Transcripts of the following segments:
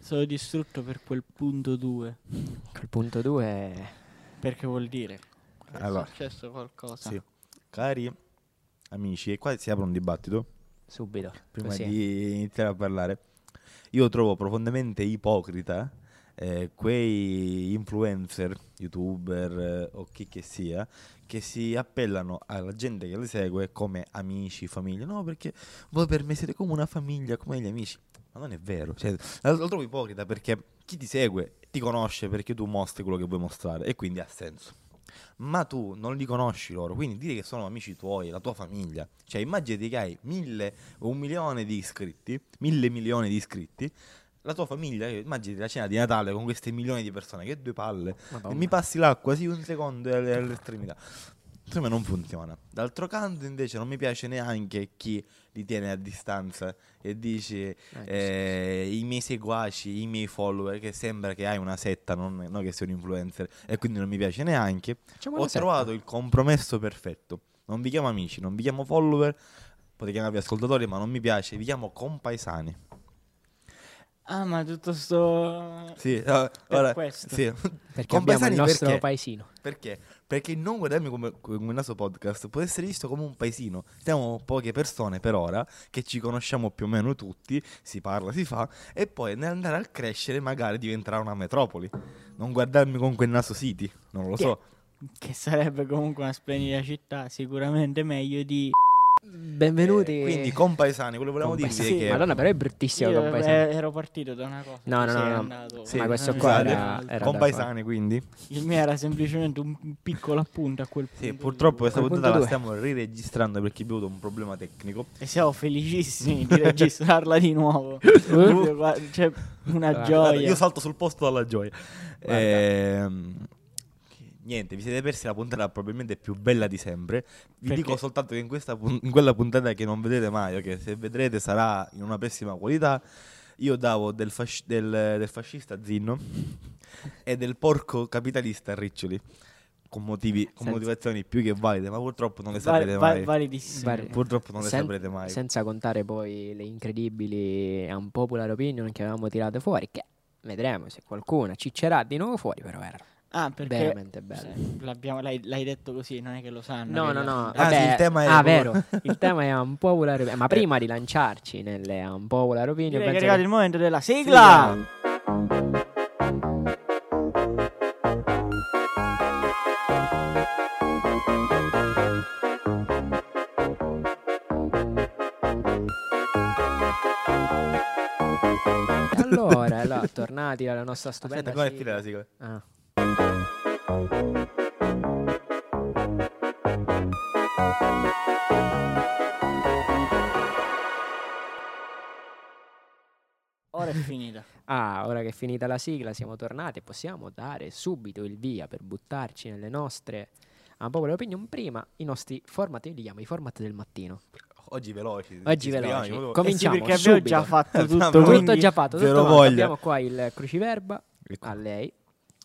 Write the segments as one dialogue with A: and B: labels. A: Sono distrutto per quel punto 2.
B: Col punto 2
A: Perché vuol dire che
C: Allora.
A: è successo qualcosa.
C: Sì. Cari amici, e qua si apre un dibattito
B: subito.
C: prima
B: così.
C: di iniziare a parlare. Io trovo profondamente ipocrita eh, quei influencer, youtuber eh, o chi che sia, che si appellano alla gente che li segue come amici, famiglia. No, perché voi per me siete come una famiglia, come gli amici. Ma non è vero. Cioè, la- lo trovo ipocrita perché chi ti segue ti conosce perché tu mostri quello che vuoi mostrare e quindi ha senso. Ma tu non li conosci loro, quindi dire che sono amici tuoi, la tua famiglia. Cioè, immaginati che hai mille, un milione di iscritti, mille milioni di iscritti. La tua famiglia, eh, immaginati la cena di Natale con queste milioni di persone, che due palle.
B: Madonna.
C: Mi passi l'acqua, sì, un secondo è all- all'estremità. Secondo me non funziona. D'altro canto, invece, non mi piace neanche chi li tiene a distanza e dice eh, i miei seguaci, i miei follower, che sembra che hai una setta, non, non che sei un influencer, e quindi non mi piace neanche.
B: Facciamo
C: Cioè, Ho
B: una setta.
C: trovato il compromesso perfetto. Non vi chiamo amici, non vi chiamo follower, potete chiamarvi ascoltatori, ma non mi piace, vi chiamo compaesani.
A: Ah, ma tutto sto...
C: Sì, eh, ora-
A: questo.
C: sì.
B: Perché abbiamo il
C: Compaesani
B: nostro
C: perché?
B: paesino.
C: Perché? Perché non guardarmi come, come il nostro podcast può essere visto come un paesino. Siamo poche persone per ora, che ci conosciamo più o meno tutti, si parla, si fa, e poi nell'andare a crescere magari diventerà una metropoli. Non guardarmi con quel naso City, non lo
B: Chi
C: so.
A: Che sarebbe comunque una splendida città, sicuramente meglio di...
B: Benvenuti.
C: Eh, quindi compaesani, quello che volevamo dirvi
A: Compaesani.
C: è che...
B: Madonna, però è bruttissimo
A: Io
B: compaesani.
A: eh, ero partito da una cosa.
B: No,
A: tu
B: no,
A: sei
B: no, no.
A: andato-
C: Sì,
B: Ma questo
A: Eh,
B: qua
A: sì,
B: era-
A: sì.
B: era- da
C: compaesani, quindi...
A: Il mio era semplicemente un piccolo appunto a quel punto.
C: Sì,
A: lì.
C: purtroppo questa
B: Al punto
C: puntata la
B: due.
C: stiamo riregistrando perché abbiamo avuto un problema tecnico.
A: E siamo felicissimi di registrarla di nuovo.
B: Eh?
A: Proprio qua- C'è una
B: Guarda,
C: Guarda,
A: gioia.
C: io salto sul posto dalla gioia. Ehm, niente, vi siete persi la puntata probabilmente più bella di sempre. Vi
A: Perché?
C: dico soltanto che in, questa pun- in quella puntata che non vedete mai, o che se vedrete sarà in una pessima qualità, io davo del, fasci- del- del fascista Zinno e del porco capitalista Riccioli. Con, motivi, con
B: Senza-
C: motivazioni più che valide, ma purtroppo non le
A: Val-
C: saprete
A: val-
C: mai.
A: validissimo.
B: Vari-
C: Purtroppo non le
B: Sen-
C: saprete mai.
B: Senza contare poi le incredibili unpopular opinion che avevamo tirato fuori, che vedremo se qualcuna ciccerà di nuovo fuori, però era
A: Ah, perché
B: veramente bella.
A: Sì, l'abbiamo- l'hai, l'hai detto così, non è che lo sanno.
B: No,
A: che
B: no,
A: la-
B: no.
C: Ah, sì,
B: vabbè,
C: il tema è Eh.
B: ah,
C: proprio-
B: vero. Il tema è un po' Ma prima di lanciarci nelle un po' opinion,
A: Direi che è
B: penso
A: arrivato
B: che-
A: il momento della sigla.
B: allora, allora, tornati alla nostra stupenda.
C: Aspetta, ancora è
B: sigla.
C: finita la sigla.
B: Ah.
A: Ora è finita.
B: Ah, ora che è finita la sigla siamo tornati e possiamo dare subito il via per buttarci nelle nostre ah, un po' opinion. Prima i nostri format, io li chiamo i format del mattino.
C: Oggi veloci.
B: Oggi
C: ci speriamo,
B: veloci.
A: Eh
C: proprio-
A: sì,
B: Cominciamo
A: perché abbiamo
B: subito.
A: già fatto tutto.
C: Tutto
B: tutto
A: quindi
B: già fatto, tutto
C: zero
B: fatto.
C: voglia.
B: Abbiamo qua il cruciverba a lei.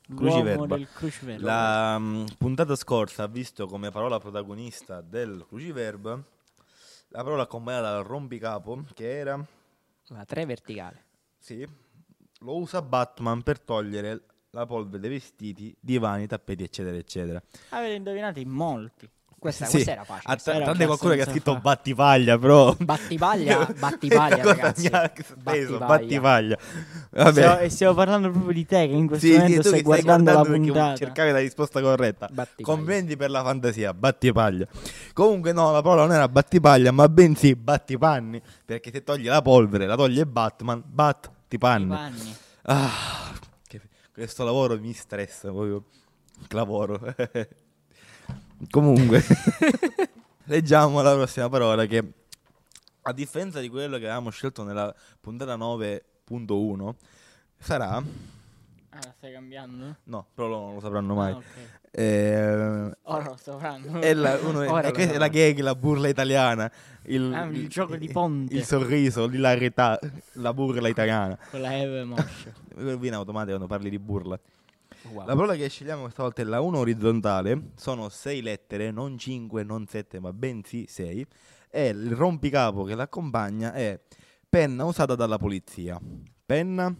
A: l'uomo
C: Cruciverba.
A: del cruciverba.
C: La mm, puntata scorsa ha visto come parola protagonista del cruciverba la parola accompagnata dal rompicapo che era
B: La 3 verticale.
C: sì, lo usa Batman per togliere la polvere dei vestiti, divani, tappeti, eccetera, eccetera.
A: Avete indovinato in molti.
B: Questa,
C: Sì.
B: questa era facile.
C: A
B: questa
C: tra-
B: era-
A: era
C: tranne qualcuno che ha
A: abbastanza
C: scritto
A: fa-
C: battipaglia, però.
B: Battipaglia, battipaglia, ragazzi.
C: Battipaglia.
B: Battipaglia.
C: battipaglia. Vabbè.
A: Stiamo- e stiamo parlando proprio di te che in questo
C: Sì, sì, tu
A: momento
C: che
A: stai
C: stai
A: guardando, la
C: perché
A: puntata.
C: cercavi la risposta corretta.
B: Battipaglia.
C: Commenti per la fantasia, battipaglia. Comunque no, la parola non era battipaglia, ma bensì battipanni, perché se togli la polvere, la toglie Batman,
A: I
C: battipanni.
A: panni.
C: Ah, che- questo lavoro mi stressa proprio. Lavoro. Comunque, leggiamo la prossima parola che a differenza di quello che avevamo scelto nella puntata 9.1 sarà
A: Ah, la stai cambiando?
C: No, però loro non lo sapranno mai.
A: Ah, ok.
C: Ehm,
A: Ora lo sto parlando.
C: è la, uno è-
B: Ora
C: è
B: lo
C: questa è la
B: sapranno.
C: gag, la burla italiana. Il,
A: Ah, il gioco di ponte.
C: Il sorriso, l'hilarità, la burla italiana.
A: Con la Eve Moscia.
C: Viene in automatico quando parli di burla.
B: Wow.
C: La parola che scegliamo questa volta è la 1 orizzontale. Sono 6 lettere, non 5, non 7, ma bensì 6. E il rompicapo che l'accompagna è penna usata dalla polizia. Penna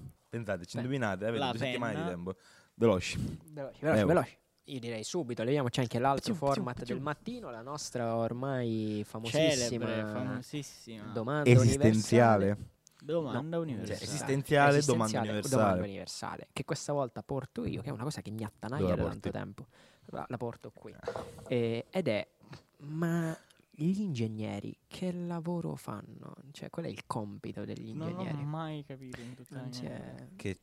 B: Beh,
C: Pensateci, indovinate, avete
A: la
C: due settimane di
A: penna.
C: tempo. Veloci.
B: Veloci, veloci,
C: Eh,
B: veloci. Io direi subito, leviamoci anche
A: Piu,
B: l'altro
A: piu,
B: format
A: piu.
B: del mattino, la nostra ormai famosissima
A: Celebre, famosissima.
B: domanda
C: Esistenziale.
A: Domanda
B: universale.
A: universale.
C: Cioè, esistenziale, domanda
B: Esistenziale,
C: universale.
B: domanda universale, Che questa volta porto io, che è una cosa che mi attanaglia
C: Dove la
B: da
C: porti?
B: tanto tempo. La, la porto qui. Eh, ed è, ma gli ingegneri che lavoro fanno? Cioè, qual è il compito degli
A: non l'ho
B: ingegneri?
A: mai capito in tutta la
B: Non
A: mia
B: c'è-
A: vita.
C: Che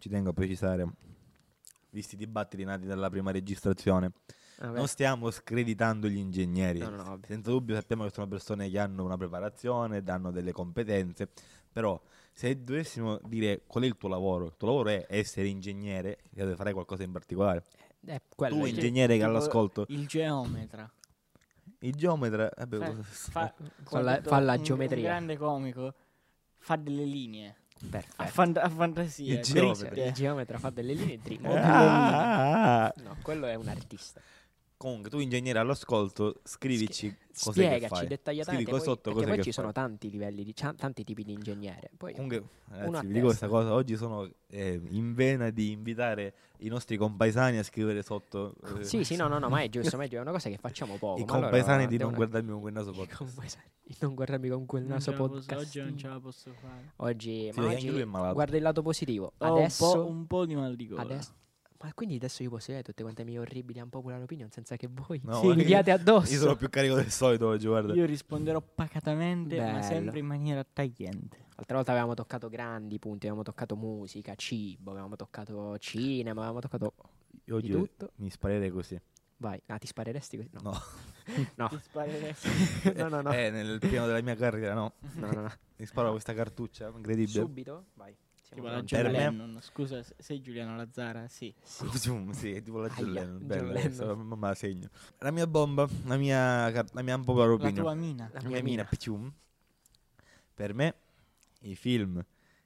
C: ci tengo a precisare, visti i dibattiti nati dalla prima registrazione,
B: Vabbè.
C: non stiamo screditando gli ingegneri.
B: No, no, no, vabbè.
C: Senza dubbio sappiamo che sono persone che hanno una preparazione, hanno delle competenze, però se dovessimo dire qual è il tuo lavoro, il tuo lavoro è essere ingegnere, che deve fare qualcosa in particolare.
B: Eh, quello
C: tu
B: è il-
C: ingegnere che
A: Tipo
C: all'ascolto,
A: Il geometra.
C: il geometra, eh, beh,
A: Fa-
C: cosa-
A: Fa,
B: Fa la-
A: detto
B: fa la
A: un- un
B: geometria.
A: grande comico fa delle linee.
C: Ah,
A: A,
B: Perfetto.
A: fan- a fantasia.
C: Certo. Il
A: dritte.
C: geometra.
B: Il geometra fa delle linee dritte.
C: Ah, ah, ah.
B: No, quello è un artista.
C: Comunque tu ingegnere all'ascolto, scrivici cos'è che
B: Spiegaci
C: fai.
B: dettagliatamente.
C: Scrivi qua
B: poi-
C: sotto
B: perché
C: cos'è
B: poi
C: che
B: ci sono
C: fai.
B: tanti livelli, di, c'ha- tanti tipi di ingegnere. Poi
C: Comunque,
B: a
C: ragazzi, vi dico
B: testa.
C: questa cosa, oggi sono eh, in vena di invitare i nostri compaesani a scrivere sotto eh,
B: Sì, sì, no, no, no, ma è giusto, ma è giusto, è una cosa che facciamo poco.
C: i
B: ma allora
C: compaesani di non
B: devono-
C: guardarmi con quel naso
B: I
C: sotto.
B: compaesani di non guardarmi con quel
A: Non ce
B: naso
A: la posso-
B: podcast.
A: oggi non ce la posso fare.
B: Oggi,
C: Sì,
B: ma
C: anche
B: oggi
C: lui è malato.
B: guarda il lato positivo.
A: Ho un, po',
B: Adesso,
A: un po' di mal di gola.
B: adesso- ma quindi adesso io posso dire tutte quante mie orribili unpopular opinion senza che voi
C: No,
B: mi
C: guarda che
B: diate addosso.
C: Io sono più carico del solito oggi, guarda.
A: Io risponderò pacatamente, ma
B: Bello.
A: sempre in maniera tagliente.
B: L'altra volta avevamo toccato grandi punti, avevamo toccato musica, cibo, avevamo toccato cinema, avevamo toccato
C: Io
B: di tutto.
C: mi sparerei così.
B: Vai, ah, ti spareresti così? No.
C: No. Ah.
B: No.
A: Ti spareresti.
B: no, no, no.
C: Eh, nel piano della mia carriera, no.
B: no, no, no.
C: Mi sparo questa cartuccia, incredibile.
B: Subito? Vai. Siamo
A: Tipo la
B: pronti.
A: John
C: Per me-
A: Lennon. Scusa, se- sei Giuliano Lazzara? Sì.
C: Zoom, sì, è tipo la
B: Aia,
C: John Lennon,
B: John
C: bella,
B: Lennon.
C: questa, ma me la segno. La mia bomba, la mia, car- la mia unpopular
A: La
C: opinion.
A: tua mina.
B: La
C: La mia mina, piccium. Per me i film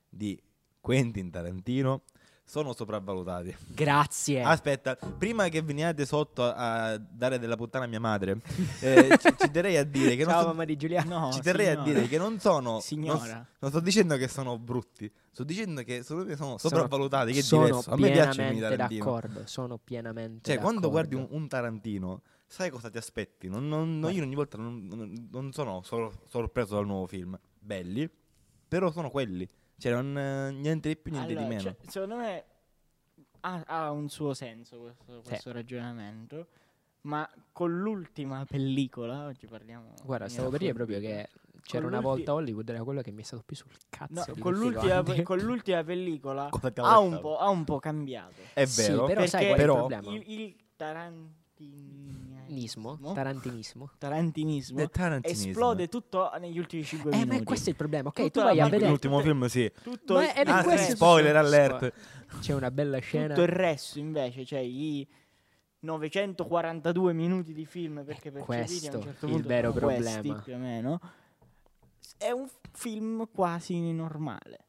C: di Quentin Tarantino sono sopravvalutati.
B: Grazie.
C: Aspetta, prima che veniate sotto a a dare della puttana a mia madre, eh, ci, ci terrei a dire che non
B: Ciao
C: so-
B: mamma di Giuliano.
A: No,
C: ci terrei a
A: signora.
C: dire che non sono non,
A: Signora.
C: s- non sto dicendo che sono brutti, sto dicendo che secondo me sono sopravvalutati, che è
B: sono
C: diverso. A me piace il
B: pienamente
C: Tarantino.
B: d'accordo. Sono pienamente
C: Cioè, quando guardi un,
B: d'accordo.
C: un Tarantino, sai cosa ti aspetti. Non- non- non- io ogni volta non, non- non sono sor- sorpreso dal nuovo film. Belli, però sono quelli. Cioè, non, eh, niente di più, niente
A: Allora,
C: di meno.
A: cioè, secondo me ha, ha un suo senso questo, questo ragionamento, ma con l'ultima pellicola, oggi parliamo...
B: Guarda,
A: in
B: stavo per dire proprio
A: assoluto.
B: che c'era una
A: Eh, l'ulti-
B: volta Hollywood, era quello che mi è stato più sul cazzo.
A: No,
B: di
A: con,
B: tutti
A: l'ultima,
B: quanti.
A: con l'ultima pellicola
C: Cosa ti
A: ha un,
C: aspettavi?
A: po', ha un po' cambiato.
C: È
B: Sì,
C: vero.
B: però
A: Perché-
B: sai qual è
C: però-
B: il problema?
A: Il, il tarantinismo,
B: Nismo, tarantinismo.
A: tarantinismo
C: The Tarantinismo.
A: esplode tutto negli ultimi 5
B: Eh,
A: minuti.
B: ma questo è il problema. Ok,
A: Tutta
B: tu
A: la
B: vai a
A: macchina-
B: vedere.
C: L'ultimo film, sì.
A: tutto
B: Ma è per
A: il
C: Anzi,
B: questo-
A: resto-
C: spoiler alert.
B: C'è una bella scena.
A: tutto il resto invece, cioè i 942 minuti di film perché per
B: Eh, questo
A: a un certo
B: il
A: punto
B: vero
A: sono questi,
B: problema.
A: più o meno. S- È un film quasi normale,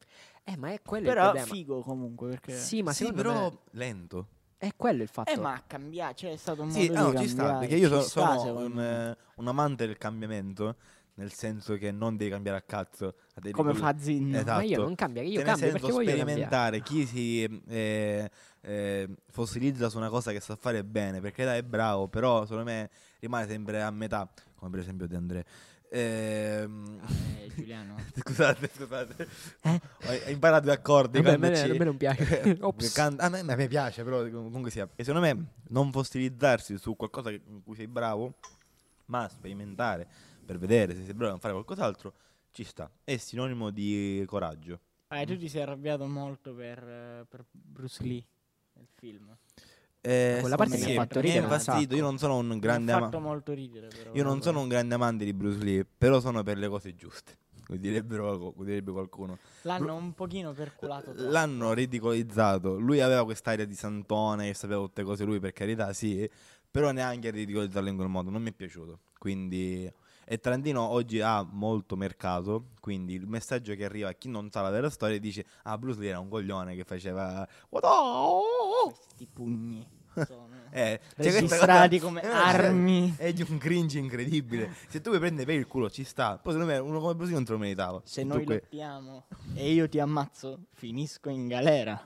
B: Eh, ma è quello il
A: però
B: problema.
A: figo comunque perché
B: Sì, ma
C: sì,
B: secondo
C: però
B: me
C: lento.
B: è quello il fatto.
A: eh, ma ha cambiato, cioè è stato un modo
C: Sì,
A: di
C: ah, no, ci sta,
A: cambiare,
C: perché io
A: ci
C: so-
A: sta,
C: sono
A: secondo
C: un,
A: me.
C: eh, un amante del cambiamento, nel senso che non devi cambiare a cazzo. la devi
A: come
C: coll-
A: fa Zin.
C: Esatto.
B: Ma io non cambio, io
C: Cioè, nel
B: cambio
C: senso,
B: perché voglio cambiare.
C: sperimentare chi si eh, eh, fossilizza su una cosa che sa fare bene perché dai è bravo però secondo me rimane sempre a metà come per esempio De André Ehm,
A: Eh, Giuliano.
C: scusate scusate
B: Eh?
C: ho ho imparato gli accordi
B: Vabbè, a
C: quando
B: me-
C: ci-
B: a me non piace. Ops.
C: can- a, me, a me piace però comunque sia e secondo me non fossilizzarsi su qualcosa che- in cui sei bravo ma sperimentare per vedere se sei bravo a fare qualcos'altro ci sta è sinonimo di coraggio
A: Ah, tu ti sei arrabbiato molto per, eh, per Bruce Lee nel film.
C: Eh,
B: Quella
C: secondo
B: parte
A: mi
C: me
A: ha
C: sì,
A: fatto
C: mi ha
A: ridere un
C: infastidito. Io non sono un grande
A: Mi ha
C: ama-
A: fatto molto ridere però.
C: Io non
A: guarda.
C: sono un grande amante di Bruce Lee, però sono per le cose giuste. Come direbbero- come direbbe qualcuno.
A: L'hanno un pochino perculato. troppo.
C: L'hanno ridicolizzato. Lui aveva quest'aria di santone che sapeva tutte cose lui, per carità, sì. Però neanche a ridicolizzarlo in quel modo. Non mi è piaciuto. Quindi. E Tarantino oggi ha molto mercato. Quindi il messaggio che arriva a chi non sa la vera storia dice: Ah, Bruce Lee era un coglione che faceva. "What the- oh, oh, oh".
A: Questi pugni. sono
C: Eh, cioè, questa
A: registrati
C: cosa-
A: come
C: eh,
A: armi.
C: È di un cringe incredibile. Se tu mi prendi per il culo, ci sta. Poi secondo me uno come Brusino non te lo meritava.
B: cioè,
A: Se
C: Tu
A: noi
C: que-
A: lottiamo e io ti ammazzo, finisco in galera.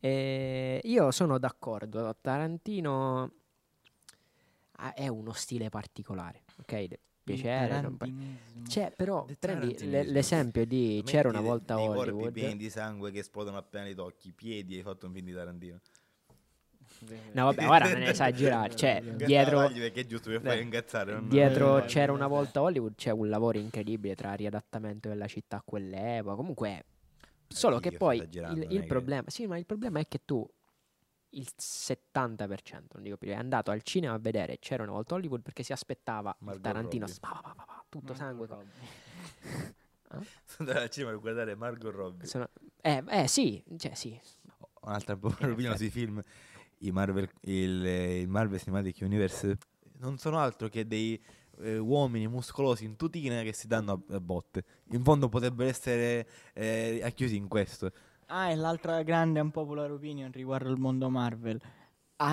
B: Eh, io sono d'accordo, Tarantino ha- è uno stile particolare, ok? De- Piacere, Cioè, non pa-
A: Tarantinismo.
B: C'è, però
C: Del
B: prendi
C: tarantinismo.
B: le- l'esempio di
C: Metti
B: Eh, c'era una
C: dei-
B: volta
C: dei corpi pieni
B: Hollywood.
C: di sangue che esplodono appena li tocchi. Piedi hai fatto un film di Tarantino.
B: No, vabbè, ora non esagerare, cioè
A: Incazzaragli
B: dietro,
C: Tagli perché è giusto per
B: Beh,
C: far incazzare. non-
B: dietro
A: Eh,
B: c'era una
A: eh.
B: volta Hollywood, c'è un lavoro incredibile tra riadattamento della città a quell'epoca, comunque solo
C: sì,
B: che
C: che
B: poi
C: Eh, sta girando,
B: il,
C: non è
B: il
C: che-
B: problema, sì, ma il problema è che tu il 70%, non dico più, è andato al cinema a vedere c'era una volta Hollywood perché si aspettava il
C: Margot
B: Tarantino
C: Robbie.
B: spa, pa, pa, pa, pa, tutto
A: Marco
B: sangue. co-
A: Robbi.
C: Sono andato al cinema per guardare Margot Robbie.
B: Sono- eh, eh, sì, cioè sì.
C: Un'altra propina sui film. I Marvel, il, il Marvel Cinematic Universe non sono altro che dei eh, uomini muscolosi in tutina che si danno a, a botte. In fondo potrebbero essere eh, acchiusi in questo.
A: Ah, e l'altra grande unpopular opinion riguardo il mondo Marvel.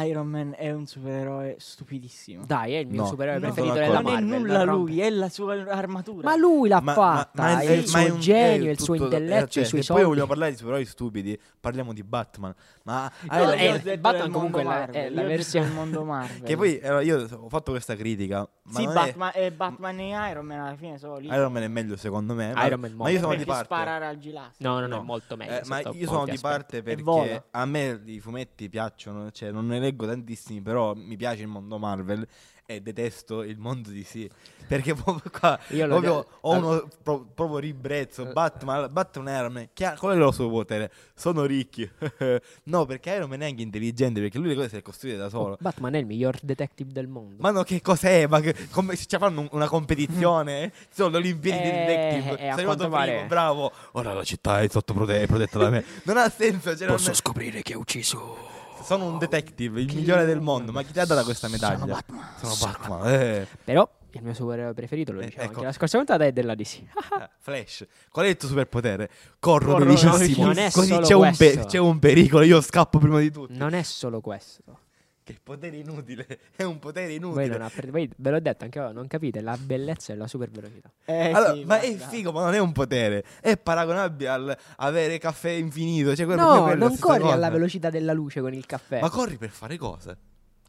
A: Iron Man è un supereroe stupidissimo.
B: Dai, è il mio
C: No,
B: supereroe
C: non
B: preferito
C: sono
B: della
C: d'accordo.
A: non è
B: Marvel.
A: nulla
B: rompe.
A: lui, è la sua armatura.
B: Ma lui l'ha
C: Ma-
B: fatta,
C: ma- ma-
B: è il
C: ma è
B: suo
C: un-
B: genio,
C: è
B: il suo
C: tutto- eh,
B: intelletto,
C: cioè,
B: i suoi
C: se poi
B: soldi.
C: vogliamo parlare di supereroi stupidi, parliamo di Batman. Ma
A: Io- io
C: Iron
A: ho
B: eh,
A: detto del
B: Batman
A: mondo
B: comunque è la-
A: Marvel,
B: è la
A: io ho detto
B: versione-
A: del mondo Marvel.
C: Che poi allora, io ho fatto questa critica. Ma
A: sì,
C: non è-
A: Batman, eh, Batman e Iron Man alla fine sono lì.
C: Iron Man è meglio secondo me. Ma,
B: Iron Man
C: ma io sono
A: perché
C: di parte.
A: sparare al gilasso.
B: No, no, no,
C: No.
B: è molto meglio.
C: Eh, ma
B: sotto
C: io sono
B: molti
C: di
B: aspetti.
C: parte
A: vola.
C: perché a me i fumetti piacciono, cioè non ne leggo tantissimi, però mi piace il mondo Marvel e detesto il mondo DC perché proprio qua
B: Io lo
C: proprio
B: de- Eh.
C: ho uno pro- proprio ribrezzo Batman, Batman e Iron Man, chi ha- qual è il loro suo potere? Sono ricchi. no, perché Iron Man è anche intelligente perché lui le cose se le costruisce da
B: Oh,
C: solo.
B: Batman è il miglior detective del mondo.
C: Ma no, che cos'è? Ma che- come ci fanno un- una competizione? Sono le Olimpiadi di
B: Eh,
C: Detective.
B: eh,
C: Sei
B: a
C: arrivato
B: quanto pare-
C: primo, bravo. Ora la città è sotto prote- è protetta da me. Non ha senso. cioè, non-
B: scoprire che ha ucciso.
C: Sono un detective, il migliore del mondo. Ma chi ti ha dato questa medaglia?
A: Sono Batman.
C: Sono Batman, eh.
B: Però il mio supereroe preferito, lo
C: Eh,
B: dicevo
C: ecco.
B: anche la scorsa puntata, è della Ah, DC.
C: Eh, Flash, qual è il tuo superpotere? Corro,
A: Corro
C: velocissimo.
A: velocissimo.
B: Non è
C: Così
B: solo
C: c'è un, pe-
B: questo.
C: c'è un pericolo. Io scappo prima di tutti.
B: non è solo questo.
C: Che potere inutile. È un potere
B: Voi,
C: inutile.
B: non app- voi ve l'ho detto anche voi, non capite la bellezza e la super velocità.
A: Eh,
C: Allora,
A: sì,
C: ma è
A: guarda.
C: figo, ma non è un potere. È paragonabile al avere caffè infinito. Cioè, quello-
B: No,
C: quello è la
B: non
C: stessa
B: corri
C: cosa.
B: alla velocità della luce con il caffè.
C: Ma corri per fare cosa?